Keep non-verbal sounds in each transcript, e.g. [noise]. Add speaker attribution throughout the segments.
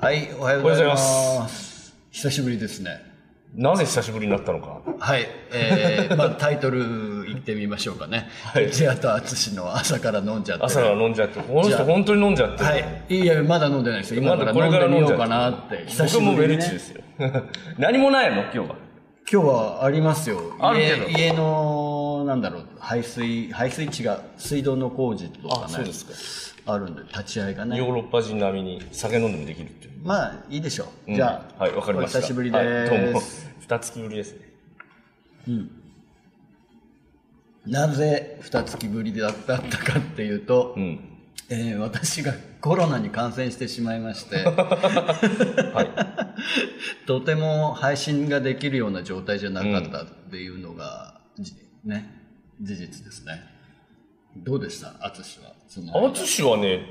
Speaker 1: はい、おはようございます。久しぶりですね。
Speaker 2: なぜ久しぶりになったのか。
Speaker 1: はい、え
Speaker 2: [laughs]
Speaker 1: ー、まあタイトル言ってみましょうかね。
Speaker 2: はい
Speaker 1: 内谷と淳の朝から飲んじゃって。
Speaker 2: 朝から飲んじゃって、この人本当に飲んじゃってる。
Speaker 1: はい、いやまだ飲んでないですよ。今
Speaker 2: ま
Speaker 1: か
Speaker 2: だ
Speaker 1: ら
Speaker 2: これ
Speaker 1: 飲ん
Speaker 2: から
Speaker 1: でみ
Speaker 2: 飲ん
Speaker 1: よ
Speaker 2: じゃ
Speaker 1: う
Speaker 2: って
Speaker 1: か
Speaker 2: る
Speaker 1: なって。久し
Speaker 2: 僕も
Speaker 1: ぶ
Speaker 2: ベ
Speaker 1: りに
Speaker 2: ル
Speaker 1: ね
Speaker 2: チですよ。何もないの今日は。
Speaker 1: 今日はありますよ。
Speaker 2: あるけど
Speaker 1: 家家のなんだろう排水排水地が水道の工事とかね。
Speaker 2: あそうですか
Speaker 1: あるんで立ち会いがね。
Speaker 2: ヨーロッパ人並みに酒飲んでもできるっていう。
Speaker 1: まあいいでしょう。
Speaker 2: うん
Speaker 1: じゃあ、
Speaker 2: はい、わかりました。
Speaker 1: お久しぶりです。
Speaker 2: はいどうも。二月ぶりですね。
Speaker 1: なぜ二月ぶりだったかっていうと、
Speaker 2: うん。
Speaker 1: えー私がコロナに感染してしまいま
Speaker 2: [laughs]
Speaker 1: して、とても配信ができるような状態じゃなかったっていうのが、じね事実ですねどうでした淳はその
Speaker 2: あつしはね、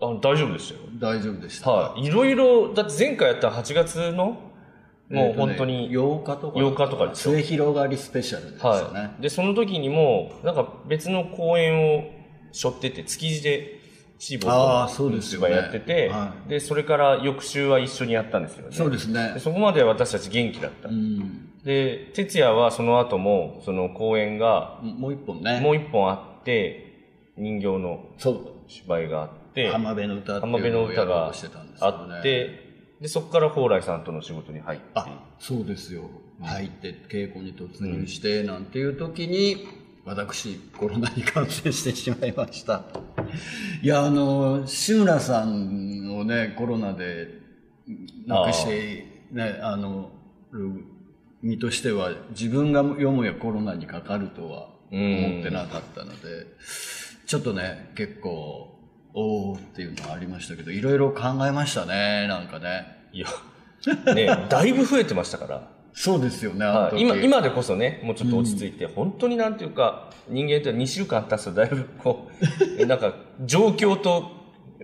Speaker 2: あの大丈夫でしたよ。
Speaker 1: 大丈夫でした、
Speaker 2: はい。いろいろ、だって前回やった8月の、もう本当
Speaker 1: えー
Speaker 2: に、
Speaker 1: とね8日とか
Speaker 2: 8日とかでしょ
Speaker 1: 末広がりスペシャルですよね、
Speaker 2: はい、でその時にもなんか別の公演を背負ってて築地でシーボ
Speaker 1: ああ
Speaker 2: ー
Speaker 1: そう
Speaker 2: と
Speaker 1: ですよね
Speaker 2: 芝居やってて、
Speaker 1: は
Speaker 2: でそれから翌週は一緒にやったんですよね
Speaker 1: そうですね
Speaker 2: でそこまでは私たち元気だった、
Speaker 1: うん
Speaker 2: で哲也はその後もその公演が
Speaker 1: もう一本ね
Speaker 2: もう一本あって人形の
Speaker 1: そう
Speaker 2: 芝居があって
Speaker 1: 浜辺の歌って
Speaker 2: 浜
Speaker 1: い
Speaker 2: 辺
Speaker 1: う
Speaker 2: の
Speaker 1: のをや
Speaker 2: 歌
Speaker 1: ろう
Speaker 2: が
Speaker 1: としてたんですけ
Speaker 2: あ
Speaker 1: どね
Speaker 2: ってでそこから蓬莱さんとの仕事に入って
Speaker 1: あそうですよ、入って稽古に突入してなんていう時に、私コロナに感染してしまいましたいやあの志村さんをねコロナで亡くしてねあのる身としては自分がよもやコロナにかかるとは思ってなかったので、ちょっとね結構おおっていうのはありましたけどいろいろ考えましたねなんかね
Speaker 2: いやねだいぶ増えてましたから
Speaker 1: そうですよね、あ
Speaker 2: は
Speaker 1: の時
Speaker 2: い、今今でこそねもうちょっと落ち着いて、本当になんていうか人間って2週間経つとだいぶこ
Speaker 1: [laughs]
Speaker 2: うなんか状況と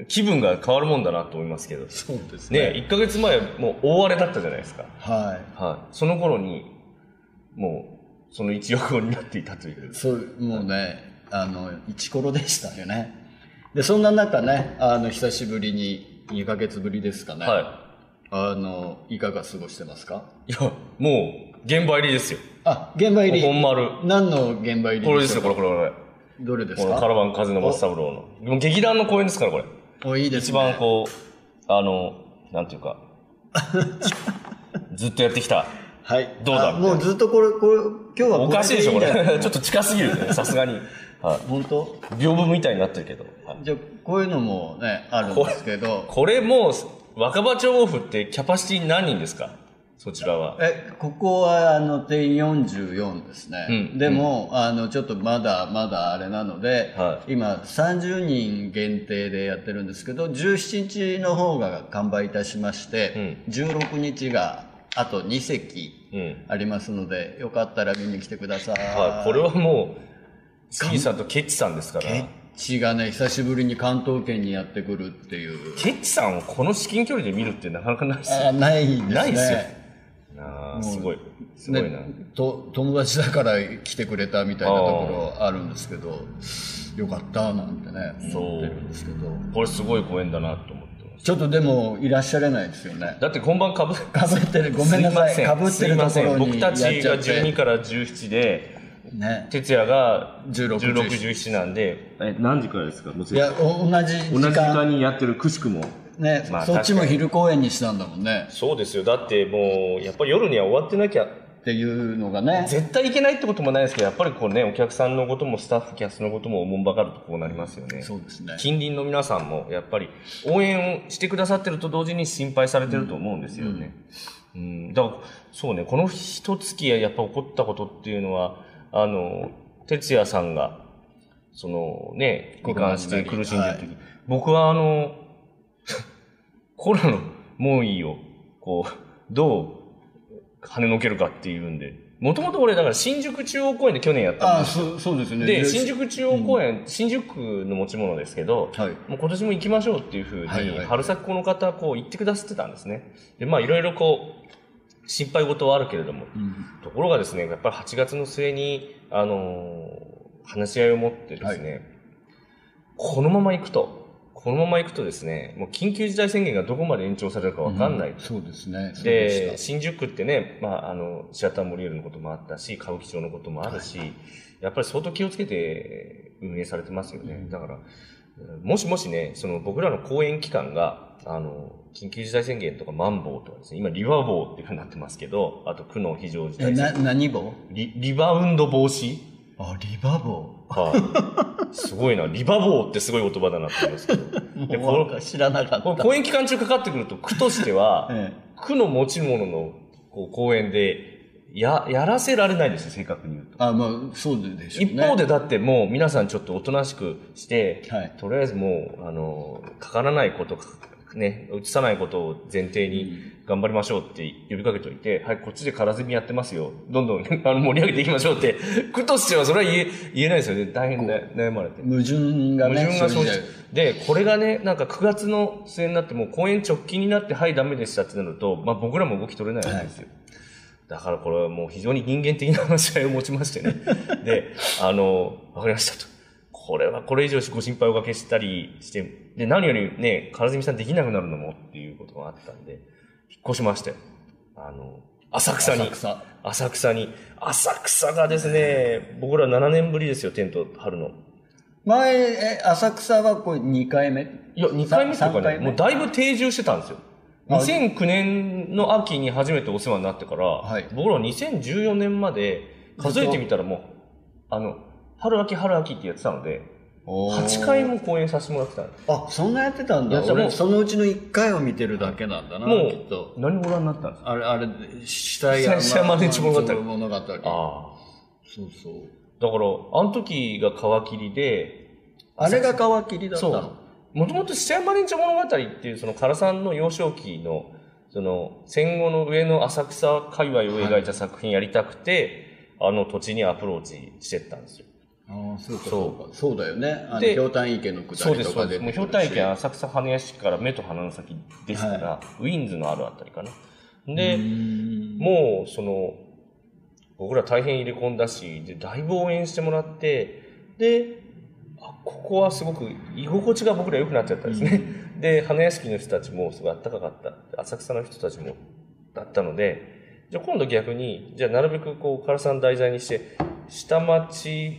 Speaker 2: 気分が変わるもんだなと思いますけど、ね、
Speaker 1: そうですね
Speaker 2: 1か月前もう大荒れだったじゃないですか、
Speaker 1: は
Speaker 2: はい、その頃にもうその一億になっていたという
Speaker 1: い。そう、もうね、あの、一コロでしたよね。で、そんな中ね、あの、久しぶりに、2ヶ月ぶりですかね。
Speaker 2: は
Speaker 1: あの、いかが過ごしてますか
Speaker 2: いいやもう現場入りですよ
Speaker 1: あ、現場入
Speaker 2: 本
Speaker 1: り。
Speaker 2: 丸
Speaker 1: 何の現場入り
Speaker 2: これですよ
Speaker 1: か
Speaker 2: これこれこれ
Speaker 1: どれです
Speaker 2: このカ
Speaker 1: か
Speaker 2: ラバン風の松三郎のでも劇団の公演ですからこれ
Speaker 1: お、いいです
Speaker 2: 一
Speaker 1: ね。
Speaker 2: 番こうあのなんていう
Speaker 1: [laughs]
Speaker 2: かずっとやってきた
Speaker 1: はい。
Speaker 2: どうだ
Speaker 1: あもうずっとこれ、これ、今日は
Speaker 2: おかしいでしょこ
Speaker 1: これでいいんだよ
Speaker 2: れ [laughs] ちょっと近すぎるねさすがに、は
Speaker 1: 本当
Speaker 2: い、屏風みたいになってるけど、はい
Speaker 1: じゃあこういうのもね、あるんですけど。
Speaker 2: これもう若葉町オフってキャパシティ何人ですかそちらは
Speaker 1: えここはあの定員44ですね、
Speaker 2: うん
Speaker 1: でも、あのちょっとまだまだあれなので、
Speaker 2: は
Speaker 1: 今30人限定でやってるんですけど17日の方が完売いたしまして、16日があと2席
Speaker 2: うん、
Speaker 1: ありますのでよかったら見に来てください、
Speaker 2: はい、これはもう杉さんとケッチさんですから
Speaker 1: ケッチがね久しぶりに関東圏にやってくるっていう
Speaker 2: ケッチさんをこの至近距離で見るってなかなかないですよ
Speaker 1: あないですね
Speaker 2: ないですよなあすごいすごいな、
Speaker 1: ね、と友達だから来てくれたみたいなところあるんですけどよかったなんてね
Speaker 2: そう
Speaker 1: 思ってるんですけど
Speaker 2: これすごい公演だなと思ってます
Speaker 1: ちょっとでもいらっしゃれないですよね
Speaker 2: だって今晩かぶ
Speaker 1: かぶってるごめんなさい
Speaker 2: す
Speaker 1: か
Speaker 2: ま
Speaker 1: ぶっ
Speaker 2: せ
Speaker 1: て
Speaker 2: ん
Speaker 1: るとこ
Speaker 2: すい
Speaker 1: ろ
Speaker 2: ません
Speaker 1: に
Speaker 2: 僕
Speaker 1: や
Speaker 2: た
Speaker 1: っちゃっ
Speaker 2: ちが12
Speaker 1: て
Speaker 2: から17で
Speaker 1: ね
Speaker 2: 哲也が
Speaker 1: 16
Speaker 2: 1617なんでえ何時からですか
Speaker 1: いやお同じ時間
Speaker 2: にやってるくしくも
Speaker 1: ね、
Speaker 2: まあ
Speaker 1: そっちも
Speaker 2: 確かに
Speaker 1: 昼公演にしたんだもんね
Speaker 2: そうですよだってもうやっぱり夜には終わってなきゃ
Speaker 1: っていうのがね
Speaker 2: 絶対いけないってこともないですけどやっぱりこうねお客さんのこともスタッフキャストのこともおもんばかるとこうなりますよね
Speaker 1: そうですね
Speaker 2: 近隣の皆さんもやっぱり応援をしてくださってると同時に心配されてると思うんですよね。うんだからそうねこの一月やっぱ起こったことっていうのはあの哲也さんがそのね罹患して苦しんでる
Speaker 1: は
Speaker 2: 時、僕はあの [laughs] コロナの猛威をこうどう跳ねのけるかっていうんでもともと俺だから新宿中央公園で去年やったんですよ
Speaker 1: あそうそうですね
Speaker 2: で
Speaker 1: で
Speaker 2: 新宿中央公園、新宿区の持ち物ですけど、
Speaker 1: はい
Speaker 2: もう今年も行きましょうっていうふうに、
Speaker 1: はいはい
Speaker 2: 春先この方こう言ってくださってたんですねでまあいろいろこう心配事はあるけれども、
Speaker 1: うん
Speaker 2: ところがですねやっぱり8月の末に、あのー話し合いを持ってですね、このまま行くとこのまま行くとですね、もう緊急事態宣言がどこまで延長されるかわかんない。
Speaker 1: うそうですね。そう
Speaker 2: で
Speaker 1: した
Speaker 2: 新宿区ってね、まあ、あの、シアターモリエルのこともあったし、歌舞伎町のこともあるし、やっぱり相当気をつけて運営されてますよね。だから、もしもしね、その僕らの公演期間が、あの、緊急事態宣言とかマンボウとかですね、今リバボウっていうふうになってますけど、あと区の非常事
Speaker 1: え、
Speaker 2: 態宣
Speaker 1: な、何
Speaker 2: 言。
Speaker 1: 棒
Speaker 2: リリバウンド防止
Speaker 1: あ、リバ棒。
Speaker 2: はい。すごいな。リバボーってすごい言葉だなって思いますけど。で
Speaker 1: も
Speaker 2: こ
Speaker 1: う
Speaker 2: の
Speaker 1: なんか知らなか
Speaker 2: こ
Speaker 1: っ
Speaker 2: れ
Speaker 1: た。
Speaker 2: 公演期間中かかってくると、区としては、
Speaker 1: え
Speaker 2: 区の持ち物のこう公演で、や、やらせられないですよ、正確に言うと。
Speaker 1: あ、まあ、そうでしょう
Speaker 2: 一
Speaker 1: ね。
Speaker 2: 方でだってもう皆さんちょっとおとなしくして、
Speaker 1: はい
Speaker 2: とりあえずもう、あの、かからないこと、かね、うつさないことを前提に頑張りましょうって呼びかけておいて、はい、こっちで空積みやってますよ。どんどん [laughs] あの盛り上げていきましょうって、区としてはそれは言え、言えないですよね。大変だ悩まれて。
Speaker 1: 矛盾が
Speaker 2: 矛
Speaker 1: ね、
Speaker 2: 盾が
Speaker 1: そ
Speaker 2: 生
Speaker 1: れ
Speaker 2: じ
Speaker 1: で
Speaker 2: で、これがね、なんか9月の末になって、もう公演直近になって、はい、ダメでしたってなると、まあ僕らも動き取れないわけですよ。だからこれはもう非常に人間的な話し合いを持ちまし
Speaker 1: [laughs]
Speaker 2: てね。で、あの、わかりましたと。これはこれ以上ご心配をおかけしたりして、で、何よりね、からずみさんできなくなるのもっていうことがあったんで、引っ越しましたよ。あの、浅草に。
Speaker 1: 浅草。
Speaker 2: 浅草に。浅草がですね、僕ら7年ぶりですよ、テント張るの。
Speaker 1: 前、え、浅草はこれ2回目
Speaker 2: いや、2回目とか
Speaker 1: さん三
Speaker 2: ね、
Speaker 1: 回目
Speaker 2: もうだいぶ定住してたんですよ。
Speaker 1: あ
Speaker 2: 2009年の秋に初めてお世話になってから、
Speaker 1: はい
Speaker 2: 僕ら2014年まで数えてみたらもう、あの、春秋春秋ってやってたので、8回。も公演させてもらってたんです。
Speaker 1: あ、そんなやってたんだ
Speaker 2: やっ。てたも
Speaker 1: 俺、
Speaker 2: う
Speaker 1: そのうちの1回を見てるだけなんだな、
Speaker 2: も
Speaker 1: きっと
Speaker 2: う、。何ご覧になったんですか
Speaker 1: あれ、あれ、死体
Speaker 2: 死体死体マネージ物語
Speaker 1: 物語。
Speaker 2: ああ。
Speaker 1: そうそう。
Speaker 2: だから、あの時が皮切りで、
Speaker 1: あれが皮切りだった
Speaker 2: そう
Speaker 1: の。
Speaker 2: もともと「七山連茶物語」っていうその唐さんの幼少期のその戦後の上の浅草界隈を描いた作品やりたくて、あの土地にアプローチしてったんですよ。
Speaker 1: ああ、そうか、
Speaker 2: そう
Speaker 1: そうか。そうだよね。あの、
Speaker 2: で
Speaker 1: ひょうたん池の下
Speaker 2: そう
Speaker 1: り
Speaker 2: で
Speaker 1: と
Speaker 2: すそ
Speaker 1: か
Speaker 2: うで
Speaker 1: 出
Speaker 2: す。もう
Speaker 1: てく
Speaker 2: 氷
Speaker 1: るし
Speaker 2: 体験浅草羽屋敷から目と鼻の先ですから、ウィンズのあるあたりかな。で、
Speaker 1: うーん
Speaker 2: もうその僕ら大変入れ込んだしでだいぶ応援してもらってであここはすごく居心地が僕ら良くなっちゃったですね、で花屋敷の人たちもすごいあったかかった浅草の人たちもだったのでじゃあ今度逆にじゃあなるべくこう唐さん題材にして下町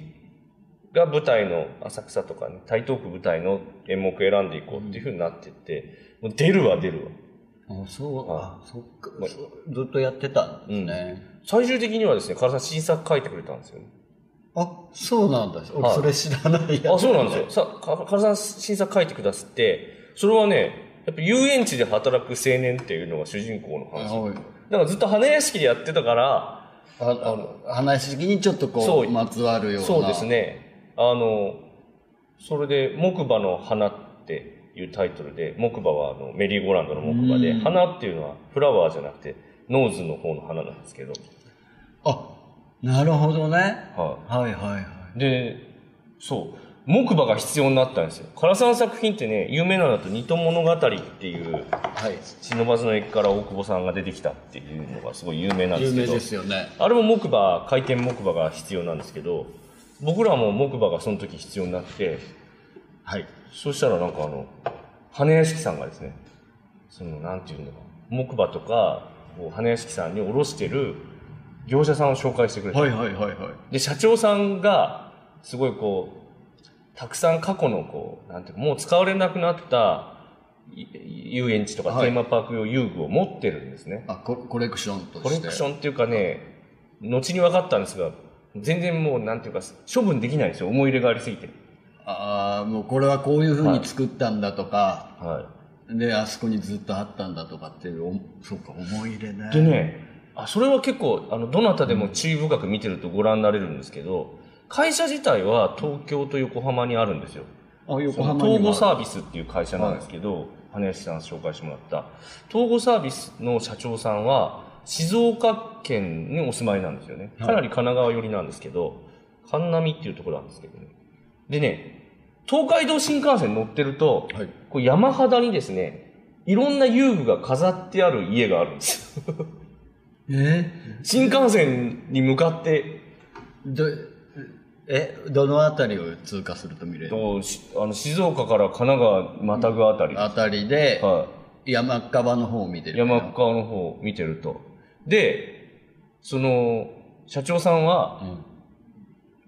Speaker 2: が舞台の浅草とかね台東区舞台の演目選んでいこうっていうふうになってって、もう出るわ出るわ
Speaker 1: あ、そう、
Speaker 2: は
Speaker 1: あ、そっか
Speaker 2: まあ。
Speaker 1: そうずっとやってたんですね。
Speaker 2: 最終的にはですね唐さん新作書いてくれたんですよね
Speaker 1: あ、そうなんだ。
Speaker 2: は
Speaker 1: 俺、
Speaker 2: い
Speaker 1: それ知らないや
Speaker 2: あ、そうなんですよ。さ、か、かさん新作書いてくださって、それはね、やっぱ遊園地で働く青年っていうのが主人公の話。
Speaker 1: はい
Speaker 2: だからずっと花屋敷でやってたから、
Speaker 1: ああの話的にちょっと
Speaker 2: そ
Speaker 1: こ
Speaker 2: う
Speaker 1: うまつわるような
Speaker 2: そうですね。あの、それで、木馬の花っていうタイトルで、木馬はあのメリーゴーランドの木馬で、
Speaker 1: うん
Speaker 2: 花っていうのはフラワーじゃなくて、ノーズの方の花なんですけど、
Speaker 1: あなるほどね
Speaker 2: はい。
Speaker 1: はいはいはい
Speaker 2: でそう木馬が必要になったんですよ唐沢の作品ってね有名なのだと「二戸物語」っていう
Speaker 1: はい
Speaker 2: 不忍駅から大久保さんが出てきたっていうのがすごい有名なんで
Speaker 1: 有
Speaker 2: すけ
Speaker 1: 名
Speaker 2: ど
Speaker 1: ですよね
Speaker 2: あれも木馬回転木馬が必要なんですけど僕らも木馬がその時必要になって
Speaker 1: はい
Speaker 2: そしたらなんかあの羽屋敷さんがですねそのなんていうのか木馬とかこう羽屋敷さんに卸してる業者さんを紹介してくれて
Speaker 1: はいはいはいはい
Speaker 2: で社長さんがすごいこうたくさん過去のこうなんていうかもう使われなくなったい遊園地とか
Speaker 1: はい
Speaker 2: テーマパーク用遊具を持ってるんですね、
Speaker 1: あココレクションとして
Speaker 2: コレクションっていうかね後に分かったんですが全然もうなんていうか処分できないんですよ思い入れがありすぎて、
Speaker 1: ああもうこれはこういうふうに作ったんだとか、
Speaker 2: は
Speaker 1: であそこにずっとあったんだとかっていうおそうか思い入れね
Speaker 2: い、でねあそれは結構あのどなたでも注意深く見てるとご覧になれるんですけど会社自体は東京と横浜にあるんですよ
Speaker 1: あ横
Speaker 2: その
Speaker 1: 浜
Speaker 2: 統合サ
Speaker 1: さ
Speaker 2: ービスっていう会社なんですけど、羽吉さん紹介してもらった統合サービスの社長さんは静岡県にお住まいなんですよね
Speaker 1: はい
Speaker 2: かなり神奈川寄りなんですけど神波っていうところなんですけどねでね東海道新幹線乗ってると、
Speaker 1: はい
Speaker 2: こう山肌にですねいろんな遊具が飾ってある家があるんですよ
Speaker 1: え
Speaker 2: 新幹線に向かって
Speaker 1: ー、どえ、どのあたりを通過すると見れる
Speaker 2: としあの静岡から神奈川またぐあたり、
Speaker 1: あたりで、
Speaker 2: は
Speaker 1: 山っかばの方を見て
Speaker 2: い、
Speaker 1: る。
Speaker 2: 山川の方を見てるとでその社長さんは、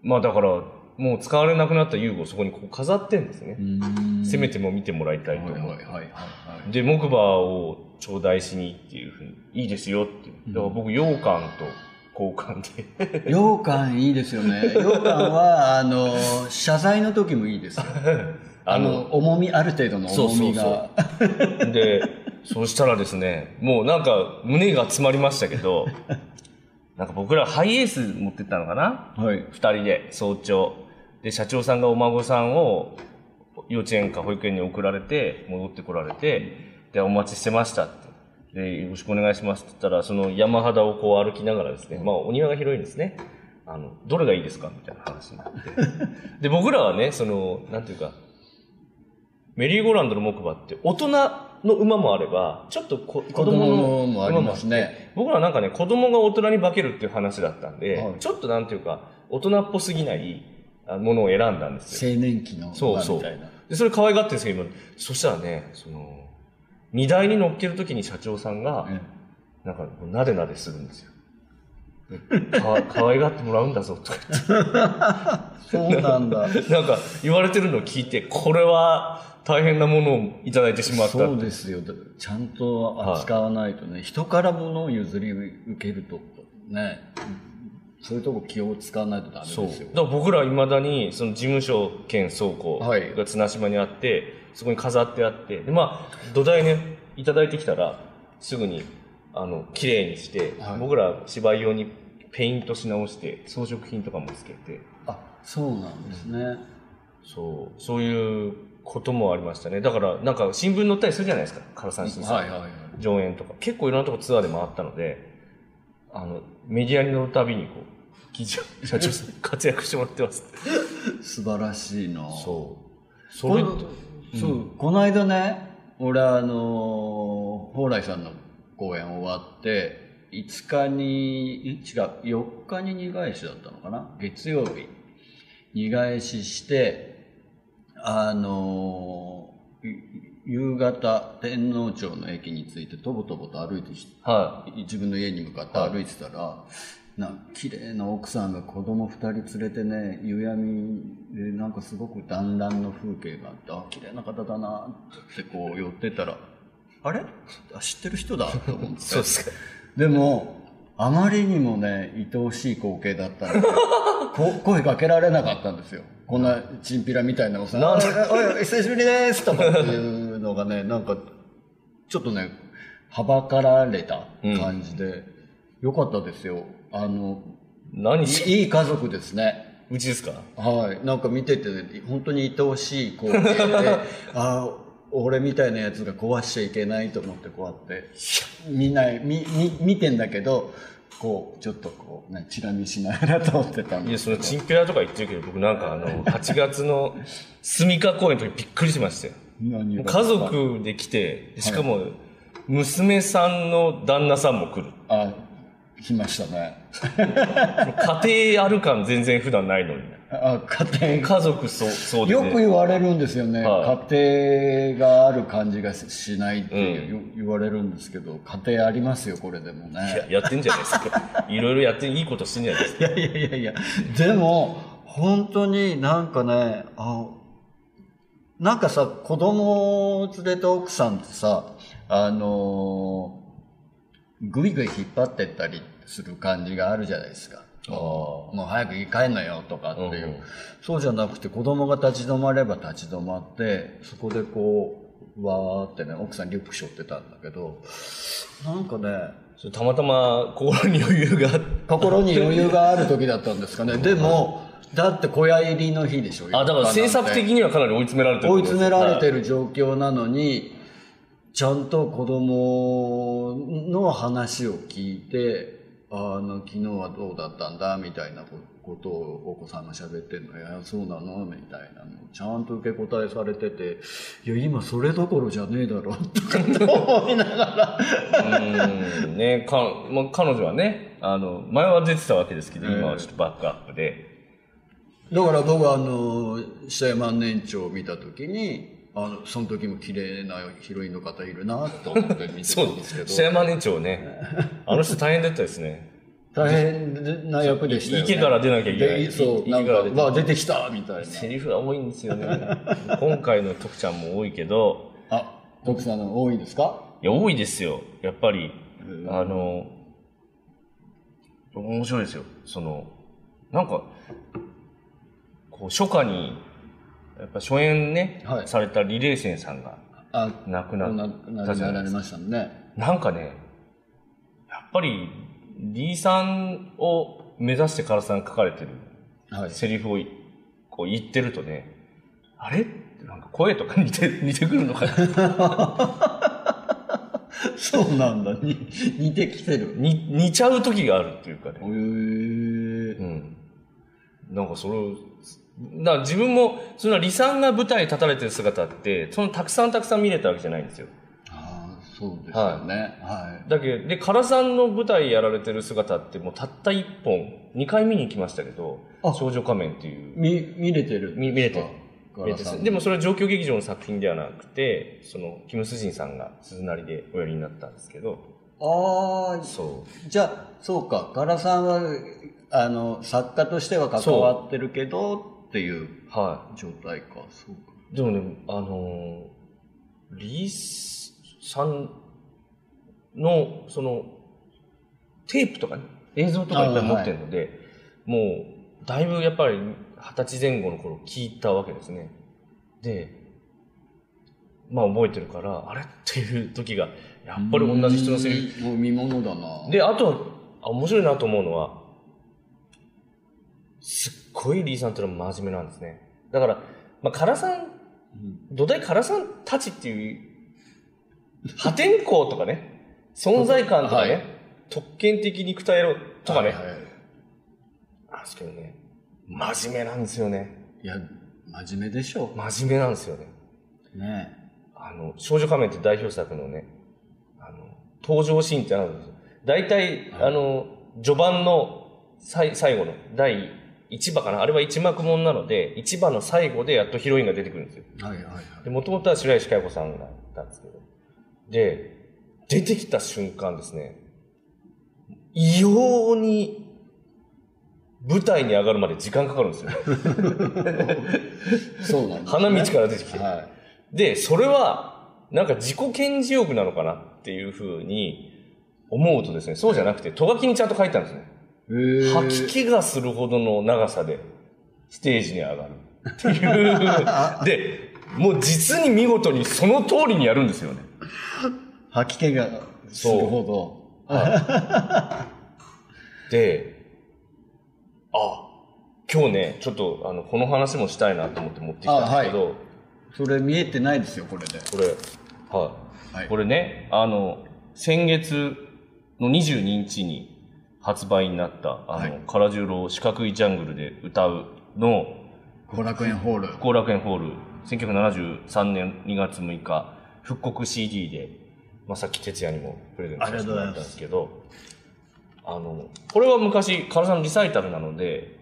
Speaker 2: まあだからもう使われなくなった遊具をそこにこう飾ってんですね、
Speaker 1: うん。
Speaker 2: せ
Speaker 1: て
Speaker 2: めても見てもらいたい
Speaker 1: は
Speaker 2: と
Speaker 1: い
Speaker 2: 思
Speaker 1: は
Speaker 2: う
Speaker 1: いはいはいはい。
Speaker 2: で木馬を頂戴しにっていうふうにいいですよっていうだから僕羊羹と交換で
Speaker 1: 羊羹いいですよね。羊羹は、あの、謝罪の時もいいですよ。あ
Speaker 2: [laughs] あ
Speaker 1: の、
Speaker 2: の
Speaker 1: 重み、ある程度の重みが。
Speaker 2: そうそうでそうしたらですねもうなんか胸が詰まりました
Speaker 1: [laughs]
Speaker 2: けどなんか僕らハイエース持ってったのかな
Speaker 1: はい。
Speaker 2: 2人で早朝で社長さんがお孫さんを幼稚園か保育園に送られて戻ってこられてでお待ちしてましたって。でよろしくお願いしますって言ったらその山肌をこう歩きながらですね、まあ、お庭が広いんですねあのどれがいいですかみたいな話になって [laughs] で僕らはねそのなんていうかメリーゴーランドの木馬って大人の馬もあればちょっとこ子
Speaker 1: 子
Speaker 2: 供
Speaker 1: 供
Speaker 2: の
Speaker 1: のもあ
Speaker 2: 馬
Speaker 1: り
Speaker 2: もあ
Speaker 1: ま
Speaker 2: っ
Speaker 1: す
Speaker 2: て
Speaker 1: ね。
Speaker 2: 僕らはなんかね子供が大人に化けるっていう話だったんで、
Speaker 1: はい
Speaker 2: ちょっとなんていうか大人っぽすぎないあものを選んだんですよ
Speaker 1: 青年期の
Speaker 2: そうそう
Speaker 1: みたいな。
Speaker 2: でそれ可愛がってるんですけど今そしたらねその荷台に乗っける時に社長さんが、
Speaker 1: え
Speaker 2: なんかなでなでするんですよでかわ [laughs] 可愛がってもらうんだぞとか言
Speaker 1: そ
Speaker 2: っ
Speaker 1: うなんだ。
Speaker 2: てなんか言われてるのを聞いてこれは大変なものをいただいてしまった
Speaker 1: そうですよ。だちゃんと扱わないとね、人から物を譲り受けると、ね、そういうとこ気を使わないとダメです
Speaker 2: そう
Speaker 1: よ
Speaker 2: だ。から僕らいまだにその事務所兼倉庫
Speaker 1: はい
Speaker 2: が綱島にあって、そこに飾ってあってでまあ土台ねいただいてきたらすぐにあの綺麗にして、
Speaker 1: はい
Speaker 2: 僕ら芝居用にペイントし直して装飾品とかもつけて
Speaker 1: あ、そうなんですね。
Speaker 2: そうそういうこともありましたねだからなんか新聞載ったりするじゃないですか唐三新さん、
Speaker 1: はいはいはい。
Speaker 2: 上演とか結構いろんなとこツアーで回ったのであのメディアに乗るたびにこう記事を社長さん活躍してもらってますって
Speaker 1: 素晴らしいな。
Speaker 2: そう。そ
Speaker 1: こ
Speaker 2: れ
Speaker 1: のそう、この間ね、俺あのー、蓬莱さんの公演終わって、5日に、ん違う、4日に二返しだったのかな月曜日。二返しして、あのーい夕方、天皇町の駅に着いて、とぼとぼと歩いてき
Speaker 2: は
Speaker 1: 自分の家に向かって歩いてたら、なんか綺麗な奥さんが子供二人連れてね夕闇でなんかすごく団らんの風景があってあ綺麗な方だなってこう寄ってたらあれあ知ってる人だと思って
Speaker 2: い。 [laughs] そうですか。
Speaker 1: でもあまりにもね愛おしい光景だったので
Speaker 2: [laughs]
Speaker 1: こ声かけられなかったんですよこんなチンピラみたいなおっさん「
Speaker 2: なん
Speaker 1: おい
Speaker 2: で
Speaker 1: おい久しぶりです」とかっていうのがねなんかちょっとねはばかられた感じで、よかったですよあの
Speaker 2: 何
Speaker 1: いいい家族ですね
Speaker 2: うちですか
Speaker 1: はい、なんか見てて、ね、本当に愛おしい光
Speaker 2: [laughs]
Speaker 1: 景でああ俺みたいなやつが壊しちゃいけないと思ってこうやって見ない見見見てんだけどこうちょっとこうねチラ見しながら通ってたん
Speaker 2: い
Speaker 1: で
Speaker 2: や、
Speaker 1: す
Speaker 2: そのチンピラとか言ってるけど、僕なんかあ
Speaker 1: [laughs]
Speaker 2: の、8月の住川公演の時びっくりしましたよ。
Speaker 1: 何
Speaker 2: も
Speaker 1: が
Speaker 2: う家族で来て、しかも、娘さんの旦那さんも
Speaker 1: [laughs]
Speaker 2: 来る。
Speaker 1: あ来ましたね
Speaker 2: 家庭ある感全然普段ないのに。
Speaker 1: あ家庭
Speaker 2: 家族そう、そうで、
Speaker 1: よ
Speaker 2: ね。
Speaker 1: く言われるんですよね、
Speaker 2: は
Speaker 1: 家庭がある感じがししないっていう、よ言われるんですけど家庭ありますよこれでもね
Speaker 2: いややってんじゃないですか。
Speaker 1: [laughs]
Speaker 2: いろいろやっていいことしてんじゃないですか。
Speaker 1: いやいやいやいや、でも、本当になんかね、あなんかさ、子供を連れた奥さんってさ、あのーぐいぐい引っ張ってったりする感じがあるじゃないですか。もう早く家帰んのよとかっていう、
Speaker 2: うんうん
Speaker 1: そうじゃなくて子供が立ち止まれば立ち止まってそこでこうわーってね奥さんリュック背負ってたんだけどなんかね
Speaker 2: それたまたま心に余裕があって
Speaker 1: 心に余裕がある時だったんですかね。でも、だって小屋入りの日でしょ。
Speaker 2: あ、だから
Speaker 1: 4
Speaker 2: 制
Speaker 1: 日なんて
Speaker 2: 作的にはかなり追い詰められてる
Speaker 1: 追い詰められ
Speaker 2: る。
Speaker 1: てる状況なのに、ちゃんと子供の話を聞いて、あの、昨日はどうだったんだみたいなことをお子さんが喋ってんの、いや、そうなのみたいなのをちゃんと受け答えされてて、いや、今それどころじゃねえだろ、とかって思いながら。
Speaker 2: うんね、か、まあ、彼女はね、あの、前は出てたわけですけど、今はちょっとバックアップで、
Speaker 1: だから僕はあの、下山年長を見たときに、あの、その時も綺麗なヒロインの方いるなと思って見て
Speaker 2: [laughs] そ
Speaker 1: た
Speaker 2: うんで
Speaker 1: ですす
Speaker 2: け
Speaker 1: け
Speaker 2: ど。
Speaker 1: ど。
Speaker 2: 下山年長ね。あの人大変だったですね。
Speaker 1: 大変な役でしたよね。
Speaker 2: 池から出なきゃいけない
Speaker 1: でそう、なん
Speaker 2: 池から
Speaker 1: か
Speaker 2: 出、て
Speaker 1: まあ出てきたみたいな。
Speaker 2: セリフが多いんですよね。 [laughs] 今回の徳ちゃんも多いけど、
Speaker 1: あ、徳さんの多いですか
Speaker 2: いや、多いですよ。やっぱり、
Speaker 1: うん
Speaker 2: あの、面白いですよ。その、なんか、こう、初夏に、やっぱ初演ね、
Speaker 1: はい
Speaker 2: されたリレーセンさんが
Speaker 1: あ、
Speaker 2: 亡くな
Speaker 1: な
Speaker 2: っ
Speaker 1: ななられましたね。
Speaker 2: なんかね、やっぱり、D さんを目指して唐さん書かれてる
Speaker 1: はい。
Speaker 2: セリフをいこう言ってるとね、あれなんか声とか似て、 [laughs] 似てくるのかな [laughs]
Speaker 1: そうなんだ。に似てきてる。
Speaker 2: に似ちゃう時があるというか
Speaker 1: へ
Speaker 2: ね。
Speaker 1: ー
Speaker 2: うん。なんかそれを、だから自分も、そんな李さんが舞台立たれてる姿って、そのたくさんたくさん見れたわけじゃないんですよ。
Speaker 1: ああ、そうですよね。はい。
Speaker 2: だけど、で、唐さんの舞台やられてる姿って、もうたった一本、二回見に行きましたけど
Speaker 1: あ、
Speaker 2: 少女仮面っていう。
Speaker 1: み見れてる
Speaker 2: み見れてる
Speaker 1: ガラさん
Speaker 2: でもそれは上京劇場の作品ではなくてそのキム・スジンさんが鈴なりでおやりになったんですけど
Speaker 1: ああ
Speaker 2: そ
Speaker 1: じゃあそうかガラさんはあの作家としては関わってるけどっていう
Speaker 2: うは
Speaker 1: 状態かそうか
Speaker 2: いでもねあのーリーさんのそのテープとかね映像とかいっぱい持ってるので、もうだいぶやっぱり二十歳前後の頃聞いたわけですねでまあ覚えてるからあれっていう時がやっぱり同じ人のセリフ
Speaker 1: フもう見物だな
Speaker 2: で、あとは、あ面白いなと思うのは、すっごいリーさんっていうのは真面目なんですね。だから、まあ、カラさん、
Speaker 1: うん
Speaker 2: 土台カラさんたちっていう、破天荒とかね、存在感とかね、
Speaker 1: はい
Speaker 2: 特権的肉体論とかね、
Speaker 1: はいはい
Speaker 2: なんですけどね、真面目なんですよね。
Speaker 1: いや真面目でしょ
Speaker 2: 真面目なんですよね。
Speaker 1: うね
Speaker 2: あの、少女仮面って代表作のね、あの、登場シーンってあるんですよ。大体、
Speaker 1: はい
Speaker 2: あの、序盤の最最後の第1話かな。あれは一幕もんなので、1話の最後でやっとヒロインが出てくるんですよ。
Speaker 1: はいはいはい
Speaker 2: で、もともとは白石佳代子さんだったんですけど。で、出てきた瞬間ですね、異様に舞台に上がるまで時間かかるんです
Speaker 1: [laughs]
Speaker 2: よ。
Speaker 1: そうなんです、
Speaker 2: 花道から出てきて。
Speaker 1: は
Speaker 2: で、それは、なんか自己顕示欲なのかなっていうふうに思うとですね、そうじゃなくて、と書きにちゃんと書いてあるんですね。
Speaker 1: いへえ
Speaker 2: 吐き気がするほどの長さで、ステージに上がるっていう。で、もう実に見事にその通りにやるんですよね。
Speaker 1: 吐き気がするほ
Speaker 2: で、あ、今日ね、ちょっとあの、この話もしたいなと思って持ってきたんですけど、
Speaker 1: どそれ見えてないですよこれで
Speaker 2: これ、はい。
Speaker 1: はい
Speaker 2: これね、あの、先月の22日に発売になった、あ
Speaker 1: は
Speaker 2: の
Speaker 1: い、
Speaker 2: 唐、十郎四角いジャングルで歌うの、
Speaker 1: 後楽園ホール
Speaker 2: 後楽園ホール、1973年2月6日、復刻 CD で、まさき哲也にもプレゼントさせてもらったんですけど、あの、これは昔、唐さんのリサイタルなので、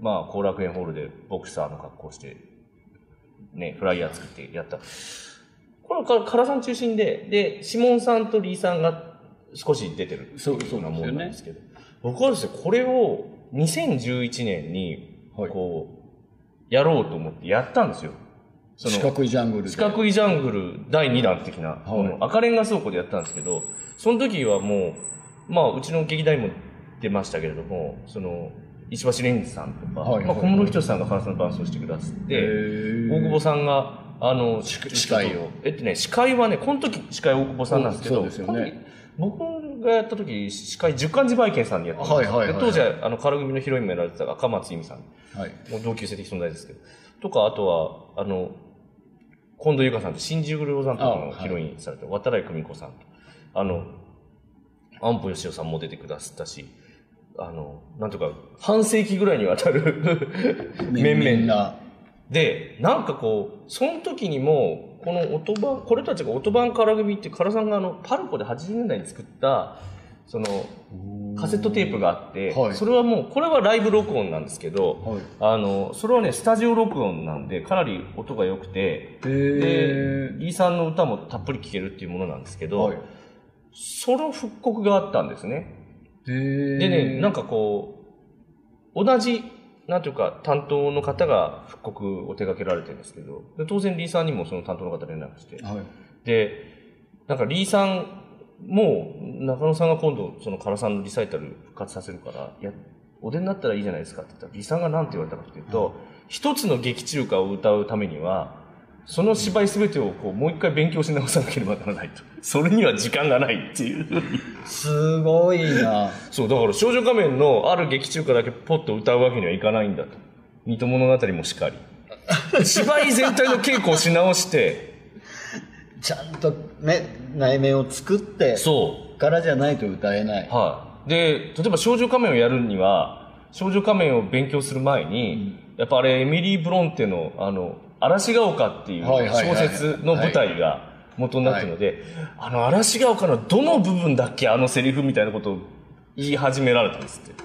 Speaker 2: まあ、後楽園ホールでボクサーの格好して、ね、フライヤー作ってやった。これはか唐さん中心で、で、シモンさんとリーさんが少し出てる。
Speaker 1: そうそう
Speaker 2: な
Speaker 1: なん
Speaker 2: も
Speaker 1: ですよ
Speaker 2: んなん
Speaker 1: ね
Speaker 2: ですけど、僕はですね、これを2011年に、
Speaker 1: はい
Speaker 2: こう、やろうと思ってやったんですよ。その
Speaker 1: 四角いジャングルで
Speaker 2: 四角いジャングル第2弾的な、この赤レンガ倉庫でやったんですけど、その時はもう、まあ、うちの劇団にも出ましたけれども、その、石橋蓮司さんとか、
Speaker 1: はい
Speaker 2: まあ、小室仁さんが原さんの伴奏してくださって、大
Speaker 1: 大
Speaker 2: 久保さんが、あの、司
Speaker 1: 司会を。
Speaker 2: えっとね、司会はね、この時司会大久保さんなんですけ
Speaker 1: そ
Speaker 2: ど、
Speaker 1: うそうですよね
Speaker 2: この時僕がやった時、司会十漢字バイケンさんでやってたんですよ
Speaker 1: はいはいはい
Speaker 2: で
Speaker 1: はい
Speaker 2: 当時は、あの、カラ組のヒロインもやられてた赤松由美さん。
Speaker 1: はい
Speaker 2: もう同級生的存在ですけど。とか、あとは、あの、近藤由香さんって新宿ローザンとか
Speaker 1: あ
Speaker 2: の
Speaker 1: はい
Speaker 2: ヒロインされて、渡来久美子さんと、あの、安保義雄さんも出てくださったし、あの、なんとか、半世紀ぐらいにわたる、面々
Speaker 1: みんな
Speaker 2: で、なんかこう、その時にも、この音版、これたちが音版から組って、唐さんがあの、パルコで80年代に作った、そのカセットテープがあって、
Speaker 1: はい
Speaker 2: それはもうこれはライブ録音なんですけど、
Speaker 1: はい
Speaker 2: あのそれはねスタジオ録音なんでかなり音が良くてで
Speaker 1: え
Speaker 2: リーさんの歌もたっぷり聴けるっていうものなんですけ
Speaker 1: ー、
Speaker 2: ど、
Speaker 1: はい。
Speaker 2: その復刻があったんですね。で
Speaker 1: で
Speaker 2: ねなん
Speaker 1: か、
Speaker 2: かこう同じなんていうか担当の方が復刻を手掛けられてるんですけどで当然リーさんにもその担当の方連絡して
Speaker 1: はい。
Speaker 2: でなんかリーさんも中野さんが今度その唐さんのリサイタル復活させるからいやお出になったらいいじゃないですかって言ったらリーさんが何て言われたかっていうと、一つの劇中歌を歌うためにはその芝居全てをこうもう一回勉強し直さなければならないとそれには時間がないっていう
Speaker 1: すごいな。
Speaker 2: そうだから少女仮面のある劇中歌だけポッと歌うわけにはいかないんだと水戸物語もしかり
Speaker 1: [laughs]
Speaker 2: 芝居全体の稽古をし直して
Speaker 1: ちゃんとね、内面を作って
Speaker 2: そう
Speaker 1: からじゃないと歌えない。
Speaker 2: はい、で例えば少女仮面をやるには少女仮面を勉強する前に、やっぱあれエミリー・ブロンテの「あの嵐が丘」っていう
Speaker 1: はいはいはい
Speaker 2: 小説の舞台が元になってるので、あの嵐が丘のどの部分だっけあのセリフみたいなことを言い始められたんですって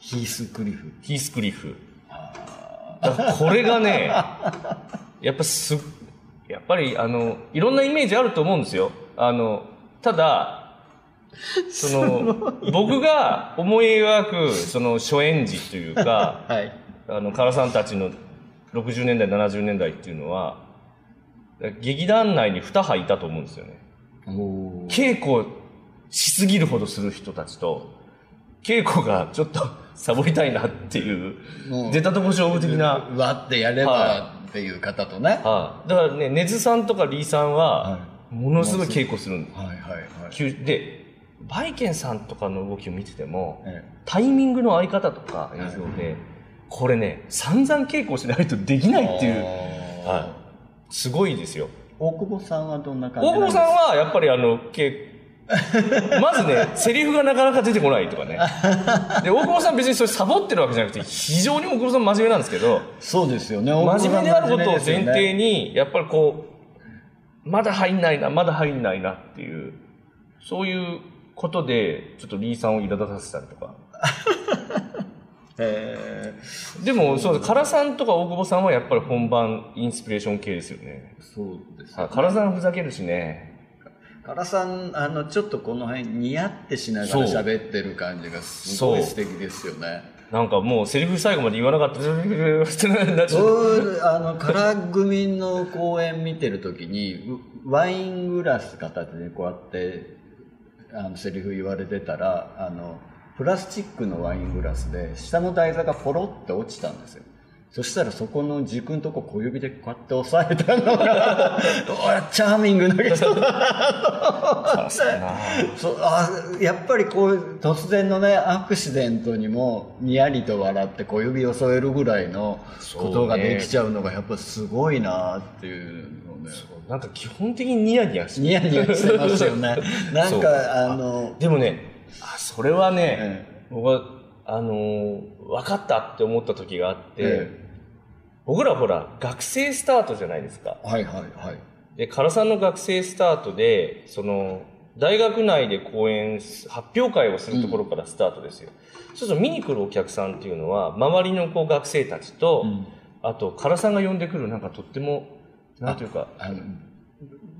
Speaker 1: ヒースクリフ。
Speaker 2: ヒースクリフだからこれがねやっぱすやっぱりあのいろんなイメージあると思うんですよあのただその僕が思い描くその初演時と
Speaker 1: [laughs]
Speaker 2: いうか
Speaker 1: はい。
Speaker 2: あの唐さんたちの60年代70年代っていうのは劇団内に2派いたと思うんですよね
Speaker 1: おー
Speaker 2: 稽古しすぎるほどする人たちと稽古がちょっとサボりたいなっていう
Speaker 1: うん
Speaker 2: 出たとこ勝負的な
Speaker 1: うわってやれば
Speaker 2: は
Speaker 1: っていう方とね。
Speaker 2: はい、だからね根津さんとかリーさん
Speaker 1: は
Speaker 2: はものすごい稽古するんで
Speaker 1: はいはいはい。
Speaker 2: す、急でバイケンさんとかの動きを見てても
Speaker 1: え
Speaker 2: タイミングの合い方とか映像で、これね散々稽古しないとできな
Speaker 1: え
Speaker 2: いっていう、
Speaker 1: あー
Speaker 2: はい、すごいですよ
Speaker 1: 大久保さんはどんな感じ
Speaker 2: 大久保さん
Speaker 1: は
Speaker 2: はやっぱりあの稽 [laughs] まずねセリフがなかなか出てこないとかねで大久保さん別にそれサボってるわけじゃなくて非常に大久保さん真面目なんですけど
Speaker 1: そうですよね。
Speaker 2: 真面目であることを前
Speaker 1: 大久保さん真面目ですよね
Speaker 2: 提に、やっぱりこう、まだ入んないな、まだ入んないなっていう、そういうことで、ちょっとリーさんを苛立たせたりとか。
Speaker 1: え
Speaker 2: でも、そうです。唐さんとか大久保さんはやっぱり本番インスピレーション系ですよね。
Speaker 1: ーそうですよ
Speaker 2: あ唐さんふざけるしね。
Speaker 1: 唐さんあのちょっとこの辺似合ってしながら
Speaker 2: そう
Speaker 1: 喋ってる感じがすごい
Speaker 2: そう
Speaker 1: 素敵ですよね
Speaker 2: なんかもうセリフ最後まで言わなかった。 [laughs] なっちゃう
Speaker 1: そうあの唐組の公演見てる時にうワイングラス片手でこうやってあのセリフ言われてたらあのプラスチックのワイングラスで下の台座がポロって落ちたんですよそしたらそこの軸のとこ小指でこうやって押さえたのが [laughs] どうやチャーミングな人だ
Speaker 2: 唐さんな。
Speaker 1: そうあやっぱりこう突然のねアクシデントにもにやりと笑って小指を添えるぐらいのことができちゃうのがやっぱすごいなっていうのをね
Speaker 2: なんか基本的にニヤニヤして
Speaker 1: ニヤニヤしてますよねなん
Speaker 2: [laughs] そう
Speaker 1: かあの
Speaker 2: でもね、あそれはね、
Speaker 1: え
Speaker 2: 僕は、あのー分かったって思った時があって、
Speaker 1: え
Speaker 2: 僕らほら、学生スタートじゃないですか。
Speaker 1: はいはいはい
Speaker 2: で、唐さんの学生スタートで、その、大学内で講演す、発表会をするところからスタートですよ。そうすると見に来るお客さんっていうのは、周りのこう学生たちと、
Speaker 1: ん
Speaker 2: あと、唐さんが呼んでくる、なんかとっても、なんていうか、
Speaker 1: あの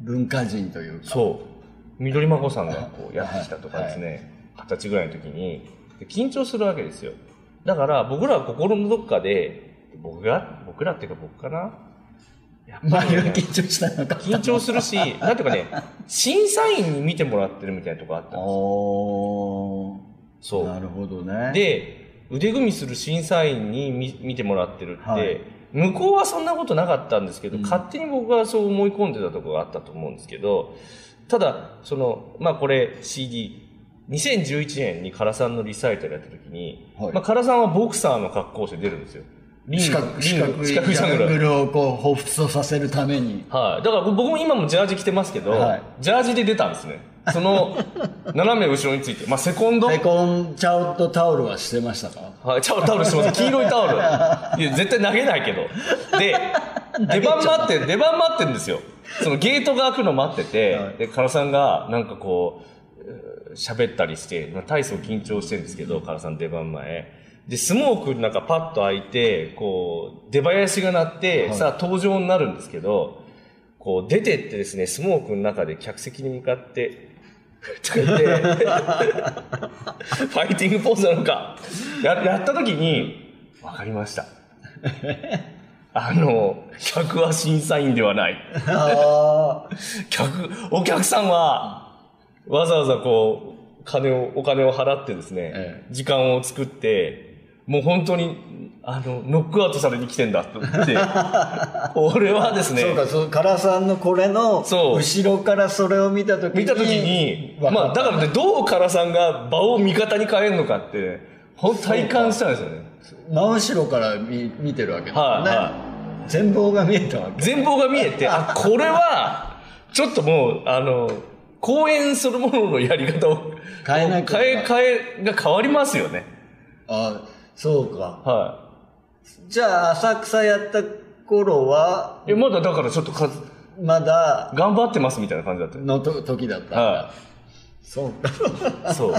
Speaker 1: 文化人というか
Speaker 2: そう緑真子さんがこうやってきたとかですね二十歳ぐらいの時にで緊張するわけですよだから僕らは心のどっかで僕が僕らっていうか僕かなやっぱ
Speaker 1: 周
Speaker 2: り
Speaker 1: りは
Speaker 2: ね
Speaker 1: 緊張したのか
Speaker 2: 緊張す
Speaker 1: [laughs]
Speaker 2: るしなんていうかね審査員に見てもらってるみたいなとこあったの
Speaker 1: おー
Speaker 2: そう
Speaker 1: なるほどね
Speaker 2: で腕組みする審査員に見見てもらってるって、
Speaker 1: はい
Speaker 2: 向こうはそんなことなかったんですけど、
Speaker 1: うん
Speaker 2: 勝手に僕はそう思い込んでたところがあったと思うんですけどただそのまあこれ CD2011 年に唐さんのリサイタルやった時に、
Speaker 1: はい
Speaker 2: まあ、唐さんはボクサーの格好をして出るんですよ。リン
Speaker 1: 四角
Speaker 2: リ
Speaker 1: 四
Speaker 2: ン
Speaker 1: 角いジ
Speaker 2: 四角いサング
Speaker 1: ャン
Speaker 2: ラ
Speaker 1: グ
Speaker 2: ス
Speaker 1: ルをこう彷彿とさせるために
Speaker 2: はい、だから僕も今もジャージ着てますけど、
Speaker 1: はい
Speaker 2: ジャージで出たんですねその斜め後ろについて、まあ、セコンド
Speaker 1: セコンチャウトタオルはしてましたか
Speaker 2: はい、タオル、タオルしてます。黄色いタオル。いや、絶対投げないけど。で、出番待って、出番待ってんですよ。そのゲートが開くの待ってて、
Speaker 1: はい
Speaker 2: で、カラさんが、なんかこう、えー喋ったりして、まあ、大層緊張してるんですけど、唐さん出番前。で、スモークなんかパッと開いて、こう、出囃子が鳴って、さあ登場になるんですけど、こう出てってですね、スモークの中で客席に向か
Speaker 1: [laughs]
Speaker 2: って、とか言って、ファイティングポーズなのか、ややった時に、わかりました。あの、客は審査員ではない。
Speaker 1: あ
Speaker 2: 客、お客さんは、わざわざこう、金を、お金を払ってですね、
Speaker 1: え
Speaker 2: 時間を作って、もう本当に、あの、ノックアウトされに来てんだと思って、俺はです
Speaker 1: ー
Speaker 2: ね
Speaker 1: そう、かそう唐さんのこれの
Speaker 2: そう
Speaker 1: 後ろからそれを見た時に
Speaker 2: 見た時に、
Speaker 1: わ
Speaker 2: まあだ
Speaker 1: かっ
Speaker 2: からね、どう唐さんが場を味方に変えるのかって、ほん体感したんですよね。
Speaker 1: た真後ろから見見てるわけだもんね、
Speaker 2: はい
Speaker 1: 全貌が見えたわけ
Speaker 2: 前方が見えて、あ、これは、ちょっともう、あの、公演そのもののやり方を
Speaker 1: 変えなきゃ
Speaker 2: 変え、変えが変わりますよね。
Speaker 1: あそうか
Speaker 2: はい。
Speaker 1: じゃあ浅草やった頃は
Speaker 2: えまだだからちょっとか
Speaker 1: まだ
Speaker 2: 頑張ってますみたいな感じだったよ
Speaker 1: のと時だったんだ、
Speaker 2: は
Speaker 1: そうか
Speaker 2: いそう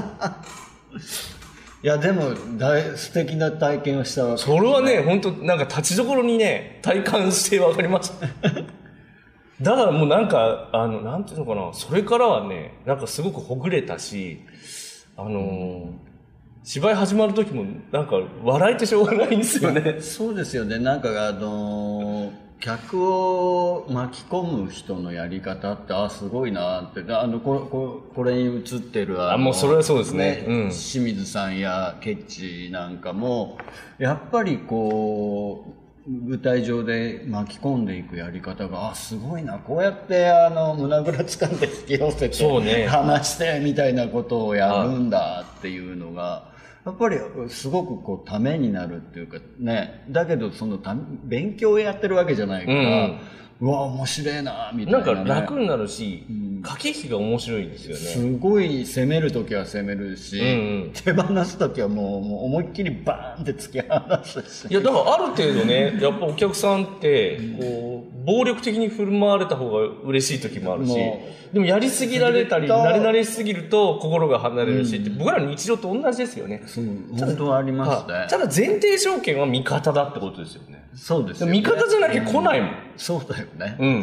Speaker 1: いやでも大素敵な体験をしたわけ
Speaker 2: それはね本当なんか立ちどころにね体感して分かりましただからもうなんかあのなんていうのかなそれからはねなんかすごくほぐれたしあのー芝居始まる時もなんか笑えてしょうがないんですよね
Speaker 1: そうですよねなんかあのー客を巻き込む人のやり方ってあすごいなってあのこここれに映ってるの
Speaker 2: あもうそれはそうですねうん
Speaker 1: 清水さんやケッチなんかもやっぱりこう舞台上で巻き込んでいくやり方があすごいなこうやってあの胸ぐらつかんで引き寄せて
Speaker 2: そうね
Speaker 1: 話してみたいなことをやるんだっていうのがやっぱりすごくこうためになるっていうかねだけどそのた勉強をやってるわけじゃないから、うわ面白いなみたい
Speaker 2: な
Speaker 1: な、
Speaker 2: ん
Speaker 1: ね、
Speaker 2: か楽になるし、
Speaker 1: うん
Speaker 2: 駆け引きが面白いんですよね
Speaker 1: すごい攻める時は攻めるし、
Speaker 2: うんうん
Speaker 1: 手放す時はもうもう思いっきりバーンって突き放す
Speaker 2: い
Speaker 1: し
Speaker 2: やだからある程度ねやっぱお客さんってこう暴力的に振る舞われた方が嬉しい時もあるし
Speaker 1: も
Speaker 2: でもやりすぎられたり
Speaker 1: すると
Speaker 2: 慣れ慣れしすぎると心が離れるしって僕らの日常と同じですよね
Speaker 1: そう本当はありますね
Speaker 2: はいただ前提条件は味方だってことですよね
Speaker 1: そうですよね
Speaker 2: 味方じゃなきゃ来ないもん
Speaker 1: そうだよね、
Speaker 2: うん、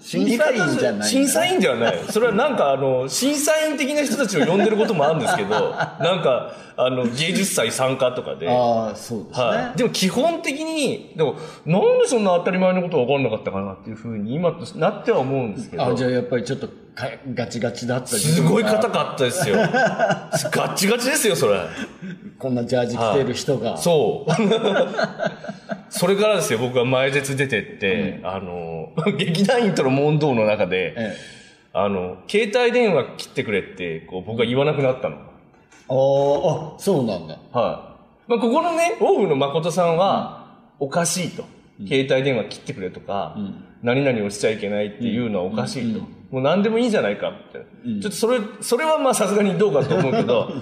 Speaker 1: 審査員じゃない
Speaker 2: 審査員じゃないそれはなんかあの審査員的な人たちを呼んでることもあるんですけど
Speaker 1: [laughs]
Speaker 2: なんかあの芸術祭参加とかで
Speaker 1: ああそうですね、
Speaker 2: はい、でも基本的にでもなんでそんな当たり前のことが分かんなかったかなっていうふうに今となっては思うんですけ
Speaker 1: あ
Speaker 2: ど
Speaker 1: じゃあやっぱりちょっとかガチガチだったり
Speaker 2: すごい硬かっ
Speaker 1: [laughs]
Speaker 2: たですよガッチガチですよそれ
Speaker 1: こんなジャージ着てる人が、
Speaker 2: そう [laughs] それからですよ僕が前説出てって、あの劇団員との問答の中で、
Speaker 1: え
Speaker 2: あの携帯電話切ってくれってこう僕は言わなくなったの
Speaker 1: え、ああそうなんだ
Speaker 2: はい。まあ、ここのね、オウの誠さんは、おかしいと。携帯電話切ってくれとか、
Speaker 1: ん [laughs]
Speaker 2: 何々をしちゃいけないっていうのはおかしいと。もう何でもいいじゃないかって。ちょっとそれ、それはまあさすがにどうかと思うけ [laughs] ど、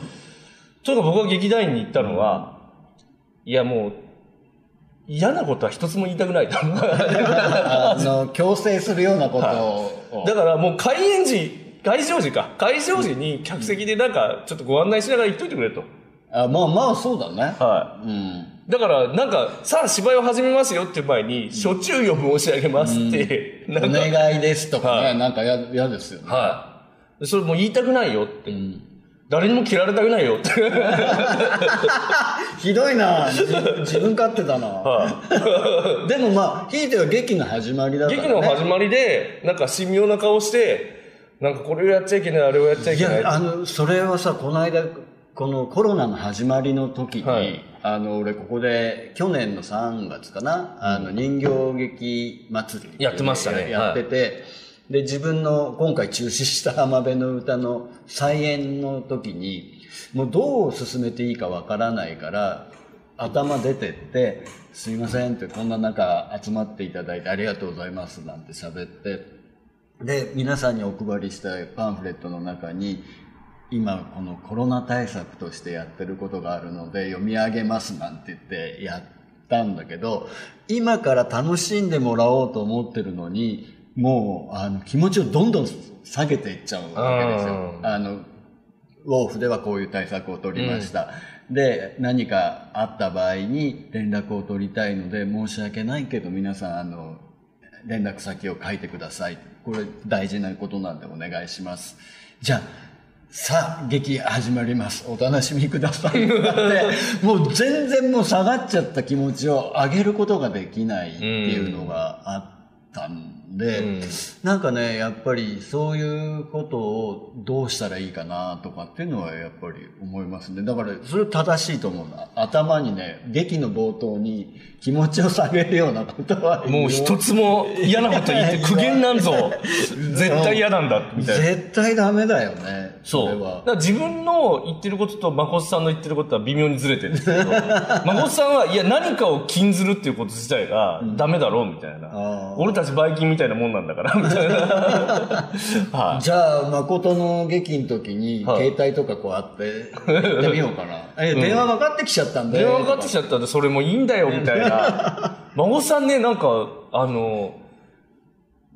Speaker 2: とにかく僕が劇団員に行ったのは、いやもう、嫌なことは一つも言いたくないと。
Speaker 1: あの強制するようなことを、
Speaker 2: だからもう開演時、開場時か。開場時に客席でなんか、ちょっとご案内しながら言っといてくれと。
Speaker 1: あまあまあそうだね、
Speaker 2: はい。
Speaker 1: うん
Speaker 2: だから、なんか、さあ芝居を始めますよっていう前に、初注意を申し上げますって、
Speaker 1: お
Speaker 2: なんか、
Speaker 1: 願いですとかね、
Speaker 2: は
Speaker 1: なんかや嫌ですよね、
Speaker 2: はい。それもう言いたくないよって。
Speaker 1: うん
Speaker 2: 誰にも嫌われたくないよって。
Speaker 1: ひどいな自自分勝手だな、
Speaker 2: は
Speaker 1: でもまあひいては劇の始まりだ
Speaker 2: い。
Speaker 1: から、ね、
Speaker 2: [laughs] 劇の始まりで、なんか神妙な顔して、なんかこれをやっちゃいけない、あれをやっちゃい
Speaker 1: い
Speaker 2: けない。
Speaker 1: やあのそれはさこの間このコロナの始まりの時に、
Speaker 2: はい
Speaker 1: あの俺ここで去年の3月かな、あの人形劇祭り
Speaker 2: やってましたね
Speaker 1: ややってて、で自分の今回中止した浜辺の歌の再演の時にもうどう進めていいかわからないから頭出てって「すいません」ってこんな中集まっていただいてありがとうございますなんて喋ってで皆さんにお配りしたパンフレットの中に今このコロナ対策としてやってることがあるので読み上げますなんて言ってやったんだけど今から楽しんでもらおうと思ってるのにもう、あの、気持ちをどんどん下げていっちゃうわけですよ。
Speaker 2: うん
Speaker 1: あの、ウォーフではこういう対策を取りました。で、何かあった場合に連絡を取りたいので、申し訳ないけど皆さん、あの、連絡先を書いてください。これ大事なことなんでお願いします。じゃあ、さあ、劇始まります。お楽しみください。
Speaker 2: [laughs]
Speaker 1: ってなってもう全然もう下がっちゃった気持ちを上げることができないっていうのがあったんで、
Speaker 2: うん
Speaker 1: なんかね、やっぱりそういうことをどうしたらいいかなとかっていうのはやっぱり思いますね。だからそれ正しいと思うな。頭にね、劇の冒頭に気持ちを下げるようなことは
Speaker 2: もう一つも嫌なこと言って苦言なんぞ絶対嫌なんだみたいな
Speaker 1: 絶対ダメだよね。
Speaker 2: そ
Speaker 1: れ
Speaker 2: うだ
Speaker 1: は
Speaker 2: か。ら自分の言ってることと誠さんの言ってることは微妙にずれてるんですけど
Speaker 1: [laughs]
Speaker 2: 誠さんはいや何かを禁ずるっていうこと自体がダメだろうみたいな、
Speaker 1: あー
Speaker 2: 俺たちバイキンみたいなもんなんだから
Speaker 1: [laughs]
Speaker 2: みたいなはい
Speaker 1: じゃあ、誠の劇の時に、
Speaker 2: はい
Speaker 1: 携帯とかこうあって、やってみようかな。え、電話分かってきちゃったんで。
Speaker 2: 電話かかってき
Speaker 1: ゃ
Speaker 2: ちゃったんでそれもいいんだよみた
Speaker 1: [laughs]
Speaker 2: いな孫さんねなんかあの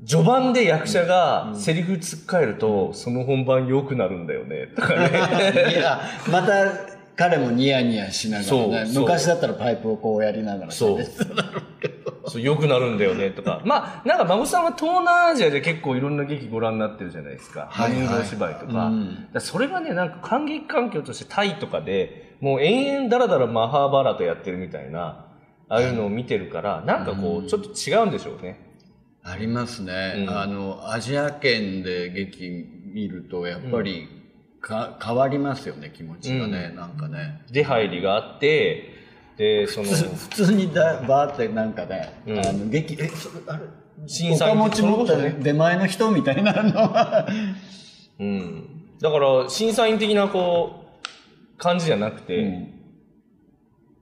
Speaker 2: 序盤で役者がセリフつっかえると、その本番良くなるんだよね
Speaker 1: [laughs]
Speaker 2: とか
Speaker 1: い
Speaker 2: ね
Speaker 1: や、また、彼もニヤニヤしながらね。
Speaker 2: そうそう
Speaker 1: 昔だったらパイプをこうやりながら。
Speaker 2: そう。そう良くなるんだよねとか [laughs] まあなんか孫さんは東南アジアで結構いろんな劇ご覧になってるじゃないですか
Speaker 1: はいはい
Speaker 2: 人形芝居とか,、
Speaker 1: うん
Speaker 2: それがねなんか感激環境としてタイとかでもう延々だらだらマハーバラとやってるみたいなああいうのを見てるからなんかこうちょっと違うんでしょうね、
Speaker 1: ありますね、
Speaker 2: うん
Speaker 1: あの、アジア圏で劇見ると、やっぱり、か、変わりますよね、気持ちがね。なんかね。
Speaker 2: で入りがあってでその
Speaker 1: 普通普通にだバーってなんかね、
Speaker 2: うん
Speaker 1: あの劇えそれあれ
Speaker 2: 審査員
Speaker 1: お金持ち持っ
Speaker 2: そのこと
Speaker 1: た
Speaker 2: ね
Speaker 1: 出前の人みたいなのは
Speaker 2: うん、だから審査員的なこう感じじゃなくて、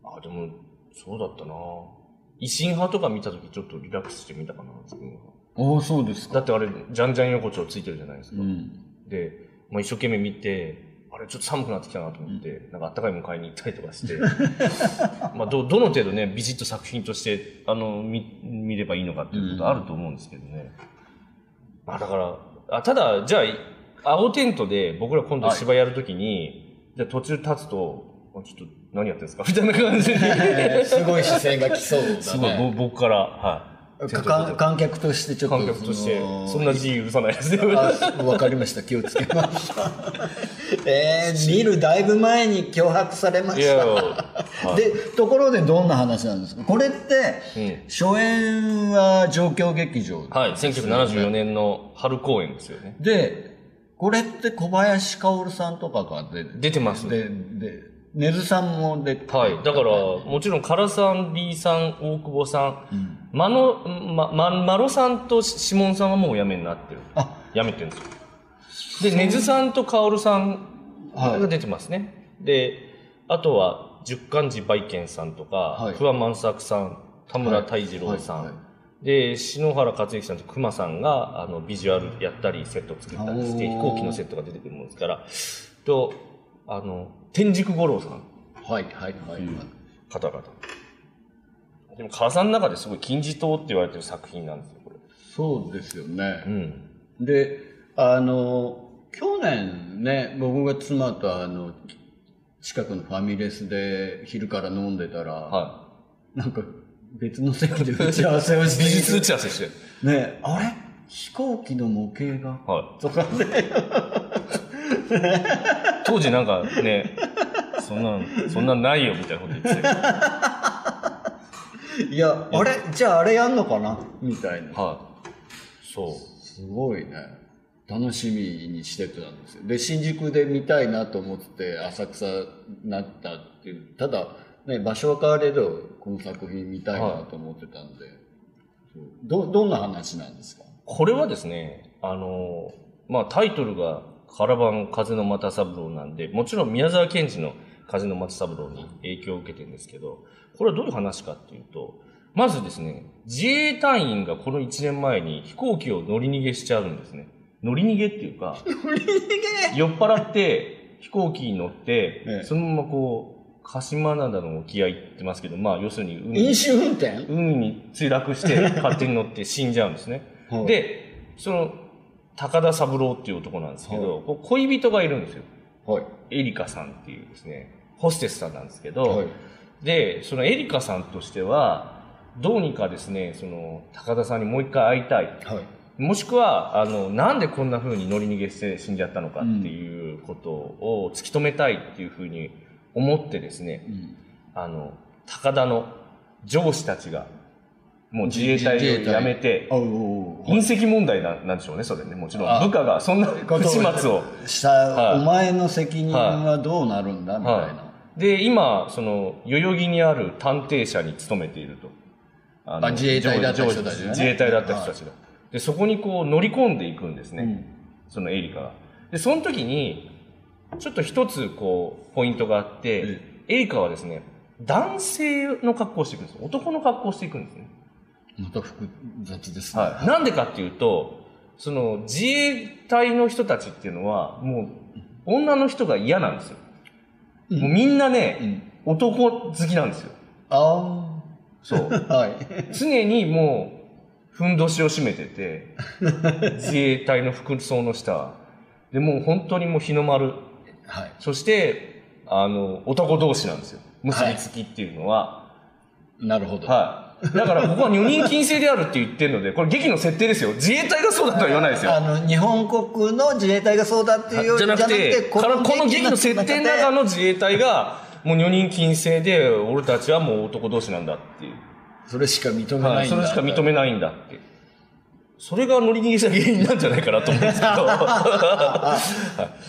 Speaker 2: あでもそうだったな維新派とか見た時ちょっとリラックスして見たかな自分は
Speaker 1: おおそうです
Speaker 2: だってあれじゃんじゃん横丁ついてるじゃないですか、 [laughs]
Speaker 1: うん
Speaker 2: で、まあ、一生懸命見てあれちょっと寒くなってきたなと思って、なんかあったかいもの買いに行ったりとかして [laughs] まあどどの程度ねビシッと作品としてあの見見ればいいのかっていうことあると思うんですけどね、まあだからあただじゃあ青テントで僕ら今度芝居やるときに、じゃあ途中立つとあちょっと何やってんですかみたいな感じに
Speaker 1: えーすごい視線が来そうだね
Speaker 2: すごい、ぼ僕から、はい。
Speaker 1: かか観客としてちょっと
Speaker 2: 観客として、そん
Speaker 1: な
Speaker 2: な自由許さないですね。
Speaker 1: わかりました気をつけま
Speaker 2: [laughs]
Speaker 1: したえー、見るだいぶ前に脅迫されま
Speaker 2: い
Speaker 1: し
Speaker 2: やいや、
Speaker 1: た
Speaker 2: はい
Speaker 1: でところでどんな話なんですかこれって、
Speaker 2: うん
Speaker 1: 初演は状況劇場
Speaker 2: はい、1974年の春公演ですよね。
Speaker 1: で、これって小林薫さんとかが出
Speaker 2: 出てます。
Speaker 1: で、で、根津さんも出て、
Speaker 2: はい。だから、もちろん、唐さん、リーさん、大久保さん、まの、ま、ま、まろさんとし指紋さんはもうお辞めになってる。
Speaker 1: あ、
Speaker 2: 辞めてるんですよ。で、根津さんと薫さん
Speaker 1: はい
Speaker 2: が出てますね。で、あとは、十漢寺梅賢さんとか、
Speaker 1: はい
Speaker 2: 桑万作さん、田村泰二郎さん、
Speaker 1: はいはいは
Speaker 2: で、篠原克之さんと熊さんが、あの、ビジュアルやったり、セット作ったりし
Speaker 1: お
Speaker 2: て、
Speaker 1: ー
Speaker 2: 飛行機のセットが出てくるもんですから、と、あの、天竺五郎さん、
Speaker 1: はい、はい、はい。
Speaker 2: 方々。でも、母さんの中ですごい金字塔って言われてる作品なんですよ、これ。
Speaker 1: そうですよね。
Speaker 2: うん。
Speaker 1: で、あの、去年ね、僕が妻とあの、近くのファミレスで昼から飲んでたら、
Speaker 2: はい。
Speaker 1: なんか別の席で打ち合わせをして
Speaker 2: 美
Speaker 1: い
Speaker 2: [laughs]
Speaker 1: る
Speaker 2: 術打ち合わせしてる。
Speaker 1: ね、あれ飛行機の模型
Speaker 2: [laughs]
Speaker 1: が
Speaker 2: はい。
Speaker 1: とかで、
Speaker 2: 当時なんかね、そんなん、そんなんないよみたいなこと言ってたけ
Speaker 1: いや、あれじゃああれやんのかなみたいな。
Speaker 2: ど。はい。そう。
Speaker 1: すごいね。楽しみにしてたんですよ。で、新宿で見たいなと思ってて浅草になったっていう。ただ、ね、場所は変われど、この作品見たいなと思ってたんで。そうど、どんな話なんです [laughs] か
Speaker 2: これはですね、あの、まあタイトルがカラバン風の又三郎なんで、もちろん宮沢賢治の風の又三郎に影響を受けてるんですけど、これはどういう話かっていうと、まずですね、自衛隊員がこの1年前に飛行機を乗り逃げしちゃうんですね。乗り逃げってい
Speaker 1: [laughs]
Speaker 2: うか、酔っ払って飛行機に乗って、
Speaker 1: ええ
Speaker 2: そのままこう鹿島灘の沖合行ってますけどまあ要するに海に
Speaker 1: 飲酒運転
Speaker 2: 海に墜落して勝手に乗って死んじゃうんですね、
Speaker 1: はい
Speaker 2: でその、高田三郎っていう男なんですけど、こう恋人がいるんですよ。
Speaker 1: はい。
Speaker 2: エリカさんっていうですね、ホステスさんなんですけど、
Speaker 1: はい。
Speaker 2: で、そのエリカさんとしては、どうにかですね、その、高田さんにもう一回会いたい。
Speaker 1: はい。
Speaker 2: もしくは、あの、なんでこんな風に乗り逃げして死んじゃったのかっていうことを突き止めたいっていう風に思ってですね、
Speaker 1: うん
Speaker 2: あの、高田の上司たちが、もう自衛隊を辞めて
Speaker 1: あ、おうおう
Speaker 2: 隕石問題ななんでしょうね、それね。もちろ
Speaker 1: あ
Speaker 2: ん、部下がそんな不始末を。
Speaker 1: した、
Speaker 2: はい
Speaker 1: お前の責任はどうなるんだ、みたいな。
Speaker 2: はい、で今その代々木にある探偵社に勤めているとあ
Speaker 1: あ自衛隊だった人たちがね
Speaker 2: 自衛隊だった人たちが、でそこにこう乗り込んでいくんですね、
Speaker 1: うん
Speaker 2: そのエリカがでその時にちょっと一つこうポイントがあって、
Speaker 1: え
Speaker 2: エリカはですね男性の格好をしていくんです男の格好をしていくんですね、
Speaker 1: また複雑ですね。
Speaker 2: はい、なんでかっていうとその自衛隊の人たちっていうのはもう女の人が嫌なんですよ、
Speaker 1: うん
Speaker 2: もうみんなね、
Speaker 1: うん
Speaker 2: 男好きなんですよ。
Speaker 1: あ
Speaker 2: [laughs] そう。
Speaker 1: あ。はい。
Speaker 2: 常にもう、ふんどしを締めてて、自衛隊の服装の下。で、もう本当にもう日の丸。
Speaker 1: はい。
Speaker 2: そして、あの、男同士なんですよ。結びつきっていうのは。
Speaker 1: なるほど。
Speaker 2: はい。だからここは女人禁制であるって言ってるので、これ劇の設定ですよ。自衛隊がそうだとは言わないですよ。
Speaker 1: あの、日本国の自衛隊がそうだっていうより
Speaker 2: じゃなくて、このこの劇の設定の中
Speaker 1: の。
Speaker 2: の自衛隊が、もう女人禁制で、俺たちはもう男同士なんだっていう。
Speaker 1: それしか認め
Speaker 2: は
Speaker 1: ない
Speaker 2: い、
Speaker 1: ん
Speaker 2: そ
Speaker 1: だ。
Speaker 2: れしか認めないんだって。それが乗り逃げした原因なんじゃないかなと思うんですけど。は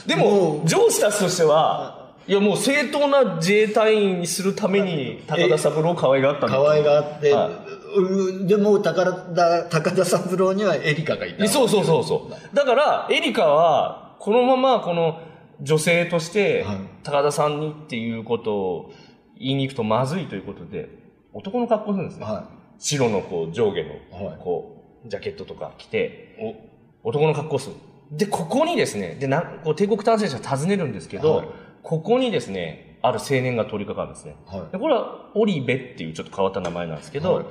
Speaker 2: い [laughs] で
Speaker 1: も
Speaker 2: も、上司たちとしては、いやもう正当な自衛隊員にするために高田三郎を可愛がったんだと
Speaker 1: 可愛があって、
Speaker 2: は
Speaker 1: うんでも高田高田三郎にはエリカがいた
Speaker 2: いそうそうそうそう。だから、エリカは、このままこの女性として
Speaker 1: はい、
Speaker 2: 高田さんにっていうことを言いに行くとまずいということで、男の格好するんですね。
Speaker 1: は
Speaker 2: 白のこう上下
Speaker 1: はい
Speaker 2: のこうジャケットとか着て、男の格好をする。で、ここにですね、で、なこう帝国探偵者訪ねるんですけど、
Speaker 1: はい
Speaker 2: ここにですね、ある青年が通りかかるんですね。
Speaker 1: いは
Speaker 2: でこれはオリベっていうちょっと変わった名前なんですけど、
Speaker 1: はい
Speaker 2: 青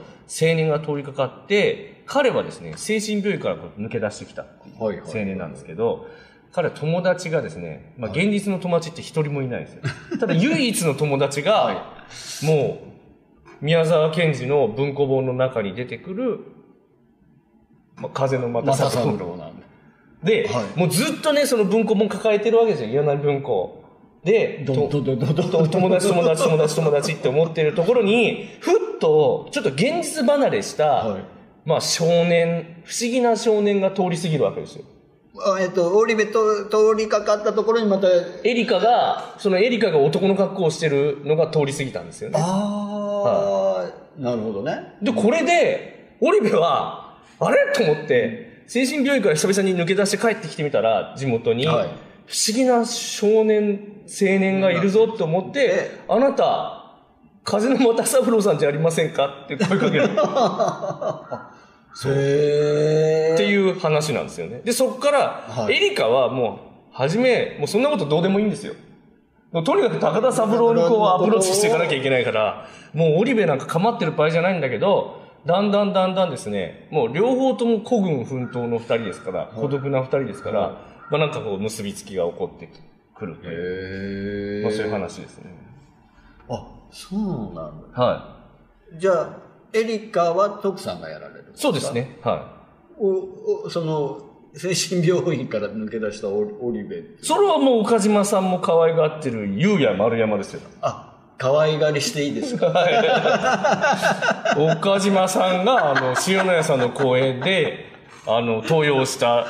Speaker 2: 年が通りかかって、彼はですね、精神病院からこう抜け出してきたっていう
Speaker 1: はいはい
Speaker 2: 青年なんですけど、彼は友達がですね、まあ、
Speaker 1: は
Speaker 2: 現実の友達って一人もいないんで
Speaker 1: [laughs]
Speaker 2: すよ。ただ唯一の友達が、
Speaker 1: はい
Speaker 2: もう、宮沢賢治の文庫本の中に出てくる、まあ、風の
Speaker 1: い。マ
Speaker 2: 又
Speaker 1: サ
Speaker 2: 三
Speaker 1: 三
Speaker 2: 郎。
Speaker 1: 郎なんで。
Speaker 2: で、
Speaker 1: はい
Speaker 2: もうずっとね、その文庫本抱えてるわけですよ、柳文庫。で、
Speaker 1: どどどどど
Speaker 2: と友達友達友達友達って思ってるところにふっとちょっと現実離れした、
Speaker 1: はい。
Speaker 2: まあ少年不思議な少年が通り過ぎるわけですよ
Speaker 1: あえっと、オリベと通りかかったところにまた、
Speaker 2: エリカがそのエリカが男の格好をしてるのが通り過ぎたんですよね
Speaker 1: ああ、なるほどね。
Speaker 2: でこれでオリベはあれと思って精神病院から久々に抜け出して帰ってきてみたら地元に、
Speaker 1: はい
Speaker 2: 不思議な少年青年がいるぞと思って「あなた風の又三郎さんじゃありませんか?」って声かける
Speaker 1: へえ。
Speaker 2: って
Speaker 1: う。
Speaker 2: いう話なんですよね。で、そこから、
Speaker 1: はい
Speaker 2: エリカはもう、はじめ、もうそんなことどうでもいいんですよ。もうとにかく高田三郎にこうアプローチしていかなきゃいけないから、もうオリベなんか構ってる場合じゃないんだけど、だんだんだんだんですね、もう両方とも孤軍奮闘の二人ですから、孤独な二人ですから、
Speaker 1: はい
Speaker 2: まあなんかこう結びつきが起こってくるとい
Speaker 1: へえ。
Speaker 2: う、まあそういう。話ですね。
Speaker 1: あ、そうなんだ。
Speaker 2: は
Speaker 1: じゃあ、エリカは徳さんがやられるん
Speaker 2: い。そうです。ね。はい。
Speaker 1: おおその、精神病院から抜け出したオリオリベって
Speaker 2: それはもう岡島さんも可愛がってる、ゆうや丸山ですよ。
Speaker 1: あ、可愛がりしていいです
Speaker 2: [laughs]
Speaker 1: か
Speaker 2: 岡島さんが、あの、塩野屋さんの公演で、あの、登用した。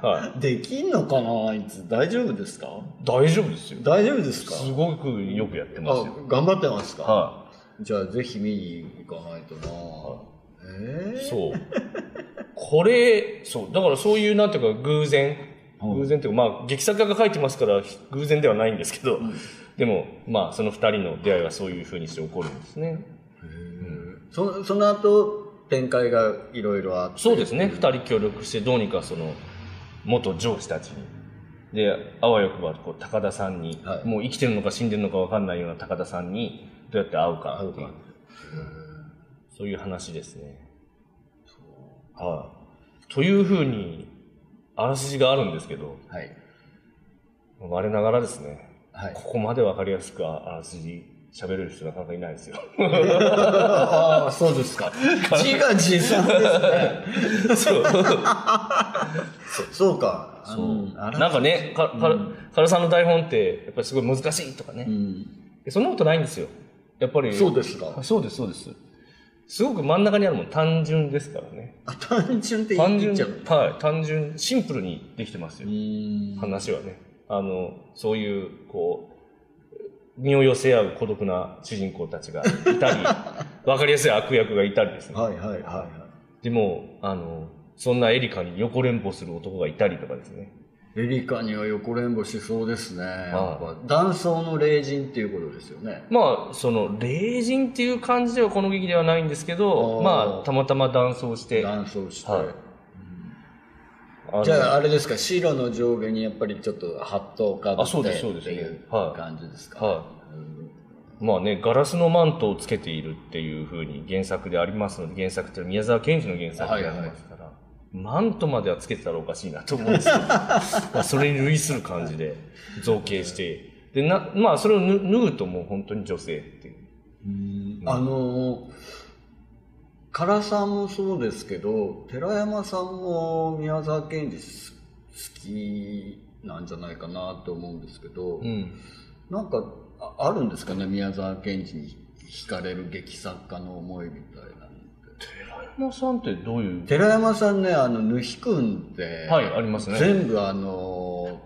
Speaker 2: は
Speaker 1: できんのかなあいつ。大丈夫ですか
Speaker 2: い。大丈夫ですよ。
Speaker 1: 大丈夫ですか
Speaker 2: すごくよくやってます
Speaker 1: あ
Speaker 2: よ。、
Speaker 1: 頑張ってますか
Speaker 2: は
Speaker 1: じゃあ、ぜひ見に行かないとなえ
Speaker 2: い。
Speaker 1: え
Speaker 2: そう。これ、そう。だからそういう、なんていうか、偶然。
Speaker 1: はい
Speaker 2: 偶然っていうか、まあ、劇作家が書いてますから、偶然ではないんですけど、
Speaker 1: ん
Speaker 2: でも、まあ、その二人の出会いはそういうふうにして起こるんですね。
Speaker 1: そその後、展開がいろいろあって。
Speaker 2: そうですね、二人協力してどうにかその元上司たちにであわよくばこう高田さんに、
Speaker 1: はい
Speaker 2: もう生きてるのか死んでるのか分かんないような高田さんにどうやって会うかってい
Speaker 1: 会
Speaker 2: う
Speaker 1: うか
Speaker 2: そういう話ですね。はというふうに、あらすじがあるんですけど、
Speaker 1: はい。
Speaker 2: 我ながらですね、
Speaker 1: はい。
Speaker 2: [laughs] ここまでわかりやすくああらすじ喋れる人なかなかいないですよ。
Speaker 1: ああ、そう
Speaker 2: [laughs]
Speaker 1: ですか。自画自賛ですね。
Speaker 2: そう。
Speaker 1: そうか。 [laughs] あ
Speaker 2: そ
Speaker 1: の
Speaker 2: う。
Speaker 1: あら
Speaker 2: なんかね、か、か、カルさんの台本って、やっぱりすごい難しいとかね
Speaker 1: う。ん
Speaker 2: そんなことないんですよ。やっぱり。
Speaker 1: そうですか
Speaker 2: あ。そうです、そうです。すごく真ん中にあるもん、単純ですからね。
Speaker 1: あ単純って
Speaker 2: 単
Speaker 1: 言
Speaker 2: 純
Speaker 1: っちゃう。
Speaker 2: はい、単純、シンプルにできてます
Speaker 1: う
Speaker 2: よ。
Speaker 1: ーん
Speaker 2: 話はね。あの、そういう、こう、身を寄せ合う孤独な主人公たちがい
Speaker 1: [laughs]
Speaker 2: たり、わかりやすい悪役がいたりですね。
Speaker 1: はいはいはいはい。
Speaker 2: でも、あの、そんなエリカに横連歩する男がいたりとかですね。
Speaker 1: エリカには横連歩しそうですね。やっぱ、
Speaker 2: は
Speaker 1: 断層の霊人っていうことですよね。
Speaker 2: まあ、その、霊人っていう感じではこの劇ではないんですけど、
Speaker 1: あー
Speaker 2: まあ、たまたま断層して、
Speaker 1: 断層して。
Speaker 2: はいの
Speaker 1: じゃあ、あれですか、白の上下にやっぱりちょっとハットをかぶ
Speaker 2: あそう
Speaker 1: っ
Speaker 2: ですそ
Speaker 1: て
Speaker 2: うで
Speaker 1: っ
Speaker 2: す
Speaker 1: ていう
Speaker 2: はい
Speaker 1: 感じですか。
Speaker 2: はい。まあね、ガラスのマントをつけているっていうふうに原作でありますので、原作っていうのは宮沢賢治の原作でありますから、マントまではつけてたらおかしいなと思うんですけど、まあそれに類する感じで造形して、で、な、まあそれをぬ脱ぐともう本当に女性っていう。
Speaker 1: うんあの唐さんもそうですけど寺山さんも宮沢賢治す好きなんじゃないかなと思うんですけど、
Speaker 2: うん。
Speaker 1: なんかああるんですかね宮沢賢治に惹かれる劇作家の思いみたいなのって
Speaker 2: 寺山さんってどういう
Speaker 1: 寺山さんねあの「ぬひくん」って、
Speaker 2: はい、ありますね。
Speaker 1: 全部あの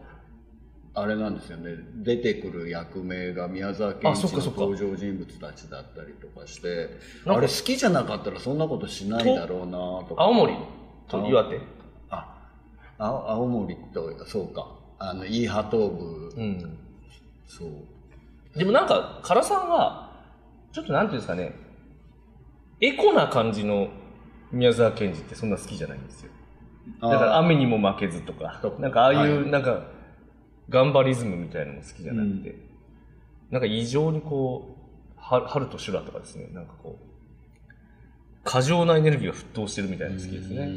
Speaker 1: あれなんですよね出てくる役名が宮沢賢
Speaker 2: あそっ
Speaker 1: 治
Speaker 2: か
Speaker 1: の
Speaker 2: そっか
Speaker 1: 登場人物たちだったりとかして
Speaker 2: なんか
Speaker 1: あれ好きじゃなかったらそんなことしないだろうなとか
Speaker 2: 青森と岩手。
Speaker 1: ああ青森とそうかあのイーハトーブ、
Speaker 2: うん。
Speaker 1: そう
Speaker 2: でもなんか、唐さんは、ちょっとなんていうんですかね、エコな感じの宮沢賢治ってそんな好きじゃないんですよ。だから
Speaker 1: あ
Speaker 2: 雨にも負けずとか
Speaker 1: そう、
Speaker 2: なんかああい
Speaker 1: は
Speaker 2: う、なんか、頑張りズムみたいなのも好きじゃなくて、なんか異常にこう、は春と修羅とかですね、なんかこう、過剰なエネルギーが沸騰してるみたいなの好きですね。
Speaker 1: う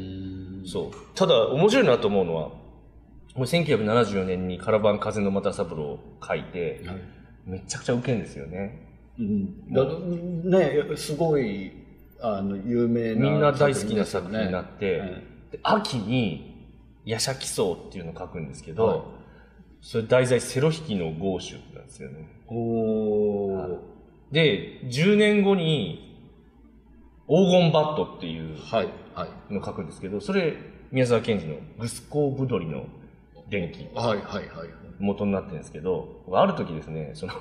Speaker 1: ん
Speaker 2: そう。ただ、面白いなと思うのは、もう1974年にカラバン風の又三郎を書いて、
Speaker 1: はい
Speaker 2: めちゃくちゃウケんですよね。
Speaker 1: うんだねすごいあの有名な
Speaker 2: みんな大好きな作品にな
Speaker 1: っ
Speaker 2: って、で秋に「夜叉奇想」っていうのを書くんですけど、
Speaker 1: はい
Speaker 2: それ題材「セロ引きの豪州」なんですよね
Speaker 1: おー
Speaker 2: で10年後に「黄金バット」っていう
Speaker 1: はいはい
Speaker 2: のを書くんですけどそれ宮沢賢治の「グスコーブドリの電気」
Speaker 1: はいはいはい。
Speaker 2: 元になってるんですけど僕ある時ですねその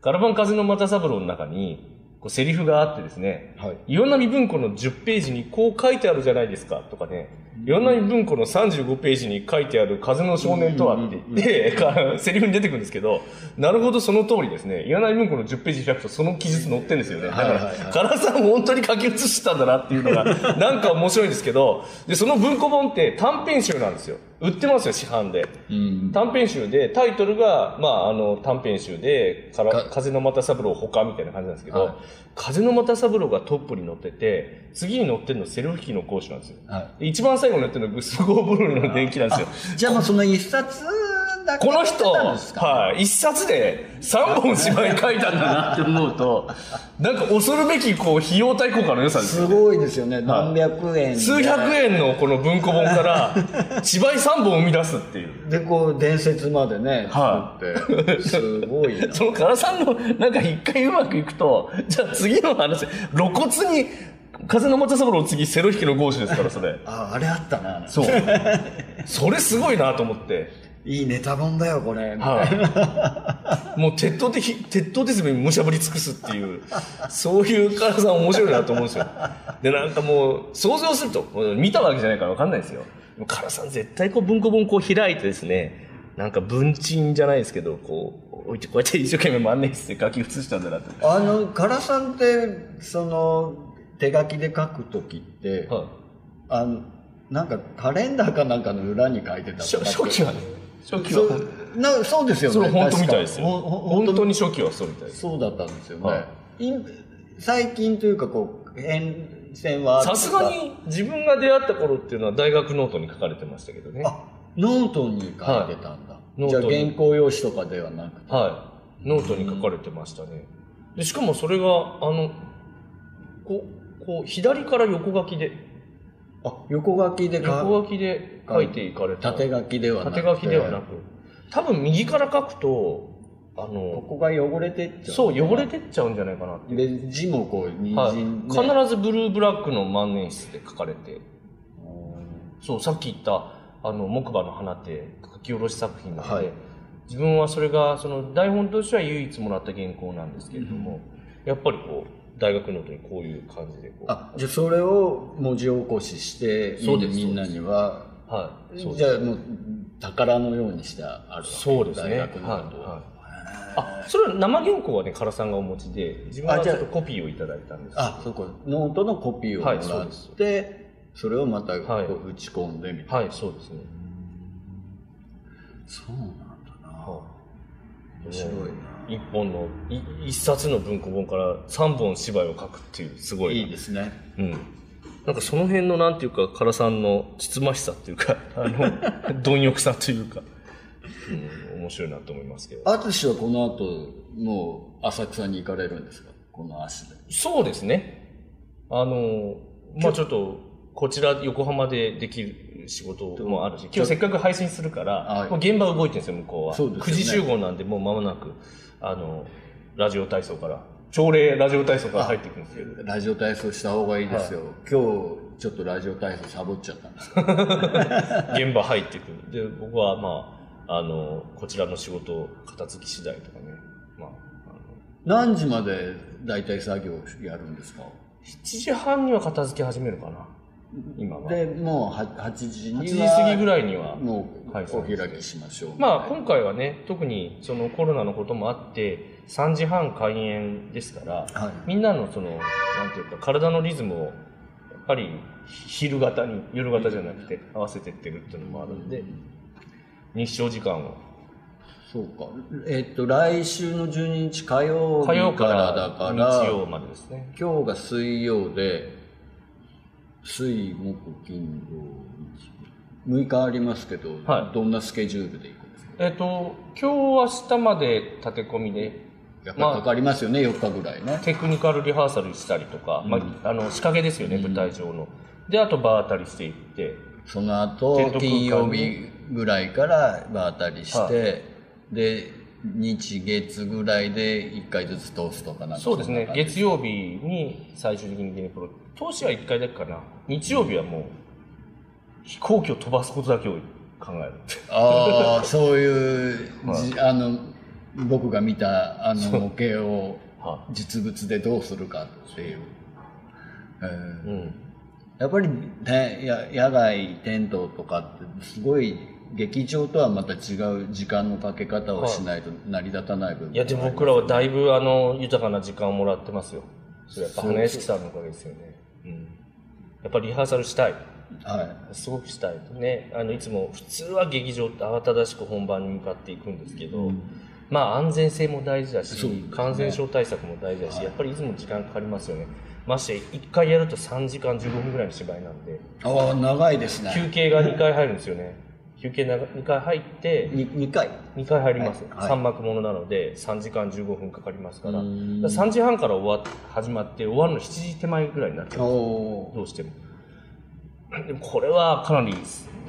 Speaker 2: ガラバン風の又三郎の中にこうセリフがあってですね
Speaker 1: はい。
Speaker 2: いろんな微文庫の10ページにこう書いてあるじゃないですかとかね、いろんな微文庫の35ページに書いてある風の少年とはって言って、からセリフに出てくるんですけど、なるほどその通りですね。いろんな微文庫の10ページ開くとその記述載ってるんですよね。だか
Speaker 1: はいはいは
Speaker 2: ら、
Speaker 1: い
Speaker 2: カラさん本当に書き写してたんだなっていうの
Speaker 1: [laughs]
Speaker 2: が、なんか面白いんですけど、で、その文庫本って短編集なんですよ。売ってますよ、市販で。
Speaker 1: うん。
Speaker 2: 短編集で、タイトルが、まあ、あの、短編集で、から
Speaker 1: か
Speaker 2: 風の又三郎他みたいな感じなんですけど、
Speaker 1: はい
Speaker 2: 風の又三郎がトップに乗ってて、次に乗ってるのセルフ機の講師なんですよ。
Speaker 1: はい。
Speaker 2: で一番最後に乗ってるのグスゴーブルーの電気なんですよ。
Speaker 1: じゃあもうその一冊だけ
Speaker 2: この
Speaker 1: 買って
Speaker 2: 人、
Speaker 1: たんですか
Speaker 2: はい、一冊で3本芝居書いたんだなって思うと、なんか恐るべき、こう、費用対効果の良さですよ
Speaker 1: すごいですよね。何百円で。
Speaker 2: 数百円のこの文庫本から、芝居3本生み出すっていう。
Speaker 1: で、こう、伝説までね、
Speaker 2: は
Speaker 1: 作って。すごいな。
Speaker 2: [laughs] その唐さんのなんか一回うまくいくとじゃあ次の話露骨に風の又三郎次セロ引きの豪手ですからそれ
Speaker 1: あ、あれあったな。 [laughs]
Speaker 2: そうそれすごいなと思って、
Speaker 1: いいネタ本だよ、これ。
Speaker 2: はい、もう鉄塔的鉄塔鉄にむしゃぶり尽くすっていうそういう唐さん面白いなと思うんですよでなんかもう想像するともう見たわけじゃないから分かんないですよでも唐さん絶対こう文庫本こう開いてですねなんか文鎮じゃないですけどこう置いてこうやって一生懸命万年筆で書き写したんだなって
Speaker 1: あの、唐さんって、その、手書きで書くときって、
Speaker 2: はい
Speaker 1: あの、なんかカレンダーかなんかの裏に書いてた
Speaker 2: 初
Speaker 1: とかって
Speaker 2: 初期はね初期
Speaker 1: そ
Speaker 2: は
Speaker 1: うなそうですよね。
Speaker 2: それ本当みたいですよ
Speaker 1: 確かほほ
Speaker 2: 本当に初期はそうみたいです
Speaker 1: そうだったんですよね。
Speaker 2: はい
Speaker 1: 今最近というかこう変線はある
Speaker 2: さすがに自分が出会った頃っていうのは大学ノートに書かれてましたけどね。
Speaker 1: あノートに書いてたんだ、
Speaker 2: い
Speaker 1: じゃあ
Speaker 2: ノートに
Speaker 1: 原稿用紙とかではなくて
Speaker 2: はい。ノートに書かれてましたね。でしかもそれが、あの、こう、こう左から横書きで、
Speaker 1: あ横書きでか
Speaker 2: 横書きで書いていかれた。
Speaker 1: 縦書きではなくて
Speaker 2: 縦書きではなく。多分右から書くと、あ
Speaker 1: こ
Speaker 2: の、
Speaker 1: こが汚れてっちゃう
Speaker 2: そう、汚れてっちゃうんじゃないかなって。
Speaker 1: で字もこうに
Speaker 2: はい、
Speaker 1: じんで、
Speaker 2: 必ずブルーブラックの万年筆で書かれてそうさっき言ったあの木馬の花って書き下ろし作品なので、
Speaker 1: はい
Speaker 2: 自分はそれがその台本としては唯一もらった原稿なんですけれども、やっぱりこう大学ノートにこういう感じでこう
Speaker 1: あじゃあそれを文字起こしして
Speaker 2: そうです
Speaker 1: みんなには
Speaker 2: はいそう
Speaker 1: じゃあもう宝のようにしてあるわけ
Speaker 2: そうですね
Speaker 1: 大学のことを、
Speaker 2: はいはいあそれは生原稿はね唐さんがお持ちで自分は
Speaker 1: あじ
Speaker 2: ち
Speaker 1: ゃ
Speaker 2: ょ
Speaker 1: あ
Speaker 2: っとコピーをいただいたんです
Speaker 1: あそうかノートのコピーをも
Speaker 2: はい
Speaker 1: ら
Speaker 2: そう
Speaker 1: っ
Speaker 2: です
Speaker 1: て、それをまた
Speaker 2: はい
Speaker 1: こう打ち込んでみたいな、
Speaker 2: はいそうですね
Speaker 1: そうなんだな
Speaker 2: は
Speaker 1: 面白いな、
Speaker 2: 一本のい一冊の文庫本から三本芝居を書くっていうすごいない
Speaker 1: いですね
Speaker 2: うん。なんかその辺のなんていうか、唐さんのつつましさっていうか、 [laughs] あの、 [laughs] 貪欲さというか、うん、面白いなと思いますけど。
Speaker 1: 淳はこの後もう浅草に行かれるんですかこの足で
Speaker 2: そうですね。あの、まあちょっと、こちら横浜でできる仕事もあるし、今日せっかく配信するから、
Speaker 1: はい
Speaker 2: もう現場動いてるんですよ、向こうは。
Speaker 1: そうですよね
Speaker 2: 9時集合なんで、もう間もなく、あの、ラジオ体操から、朝礼ラジオ体操から入っていくんですけど。
Speaker 1: ラジオ体操した方がいいですよ、今日ちょっとラジオ体操サボっちゃったんですけど
Speaker 2: 現場入ってくる。で、僕はまあ、あの、こちらの仕事を片付き次第とかね、まあ、あの
Speaker 1: 何時まで大体作業やるんですか
Speaker 2: 7時半には片付け始めるかな、今は。
Speaker 1: でもうは8時
Speaker 2: 8
Speaker 1: に
Speaker 2: 時
Speaker 1: は
Speaker 2: 過ぎぐらいには。
Speaker 1: もう
Speaker 2: はい
Speaker 1: お開きしましょう、
Speaker 2: まあ、今回はね、特にそのコロナのこともあって、3時半開演ですから、
Speaker 1: はい
Speaker 2: みんなのその、なんていうか、体のリズムを、やっぱり昼型に、夜型じゃなくて、合わせてってるっていうのもあるんで、日照時間を
Speaker 1: そうかえっと来週の12日火曜日
Speaker 2: 火曜
Speaker 1: か
Speaker 2: からら
Speaker 1: だから
Speaker 2: 日曜までですね。
Speaker 1: 今日が水曜で水木金土日6日ありますけど、
Speaker 2: はい
Speaker 1: どんなスケジュールでいくんですか
Speaker 2: えっ、と、今日明日まで立て込みで、
Speaker 1: やっぱりかかりますよね、4日ぐらいね
Speaker 2: テクニカルリハーサルしたりとか、まあ、あの仕掛けですよね、舞台上の。で、あと場当たりしていって、
Speaker 1: その後
Speaker 2: テント空間に
Speaker 1: 金曜日ぐらいから場当たりして、
Speaker 2: は
Speaker 1: で日月ぐらいで1回ずつ通すとかなんか
Speaker 2: そうです
Speaker 1: んな
Speaker 2: ね、
Speaker 1: 感じ
Speaker 2: 月曜日に最終的にゲネプロ、当時は1回だけかな、日曜日はもう、飛行機を飛ばすことだけを考える。
Speaker 1: ああそういう、
Speaker 2: [laughs]
Speaker 1: じあの僕が見たあの模型を
Speaker 2: は
Speaker 1: 実物でどうするかって
Speaker 2: [laughs]
Speaker 1: いう、えー
Speaker 2: うん
Speaker 1: やっぱり、ね、や野外テントとかってすごい劇場とはまた違う時間のかけ方をしないと成り立たない部分
Speaker 2: いや、でも僕らはだいぶあの豊かな時間をもらってますよ。それやっぱ花屋敷さんのおかげですよね。うん、やっぱりリハーサルしたい。
Speaker 1: は
Speaker 2: すごくしたいねあのいつも普通は劇場って慌ただしく本番に向かっていくんですけど、まあ安全性も大事だし、
Speaker 1: そうですね
Speaker 2: 感染症対策も大事だし、やっぱりいつも時間かかりますよねまして1回やると3時間15分ぐらいの芝居なんで
Speaker 1: いああ長いですね
Speaker 2: 休憩が2回入るんですよね休憩2回入って
Speaker 1: に2回
Speaker 2: 2回入ります、
Speaker 1: はいはい
Speaker 2: 3幕ものなので3時間15分かかりますから
Speaker 1: う
Speaker 2: だか
Speaker 1: ん
Speaker 2: ら3時半から終わっ始まって終わるの7時手前ぐらいになっちゃう
Speaker 1: おお
Speaker 2: どうしても。でもこれはかなり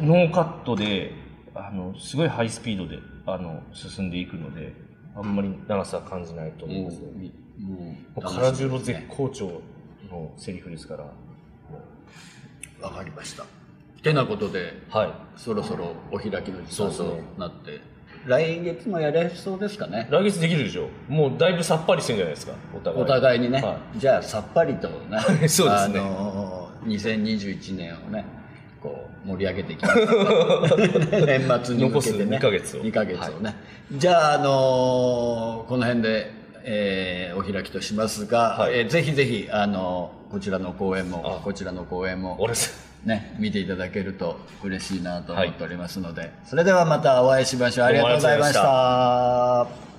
Speaker 2: ノーカットで、あの、すごいハイスピードで、あの、進んでいくので、あんまり長さは感じないと思い
Speaker 1: も
Speaker 2: ますね。
Speaker 1: うみも
Speaker 2: もう
Speaker 1: 楽しみ
Speaker 2: 空中の絶好調のセリフですから。
Speaker 1: わかりましたてなことで
Speaker 2: はい。
Speaker 1: そろそろお開きの時
Speaker 2: そう
Speaker 1: 間
Speaker 2: ですね
Speaker 1: となって、来月もやれそうですかね
Speaker 2: 来月できるでしょもうだいぶさっぱりしてんじゃないですか、お互い。
Speaker 1: お互いにね、
Speaker 2: は
Speaker 1: じゃあさっぱりと
Speaker 2: [laughs]
Speaker 1: ねそう
Speaker 2: ですね
Speaker 1: あのー2021年をねこう盛り上げていきます
Speaker 2: [laughs]
Speaker 1: 年末に向けてね
Speaker 2: 残す二ヶ月を
Speaker 1: 二ヶ月をね、じゃあ、あのーこの辺で、えーお開きとしますが、
Speaker 2: はい
Speaker 1: えーぜひぜひ、あのーこちらの公演も
Speaker 2: あ
Speaker 1: こちらの公演も
Speaker 2: 俺です。
Speaker 1: ね、見ていただけると嬉しいなと思っておりますので、それではまたお会いしましょう。ありがとうございまし
Speaker 2: どうも
Speaker 1: た。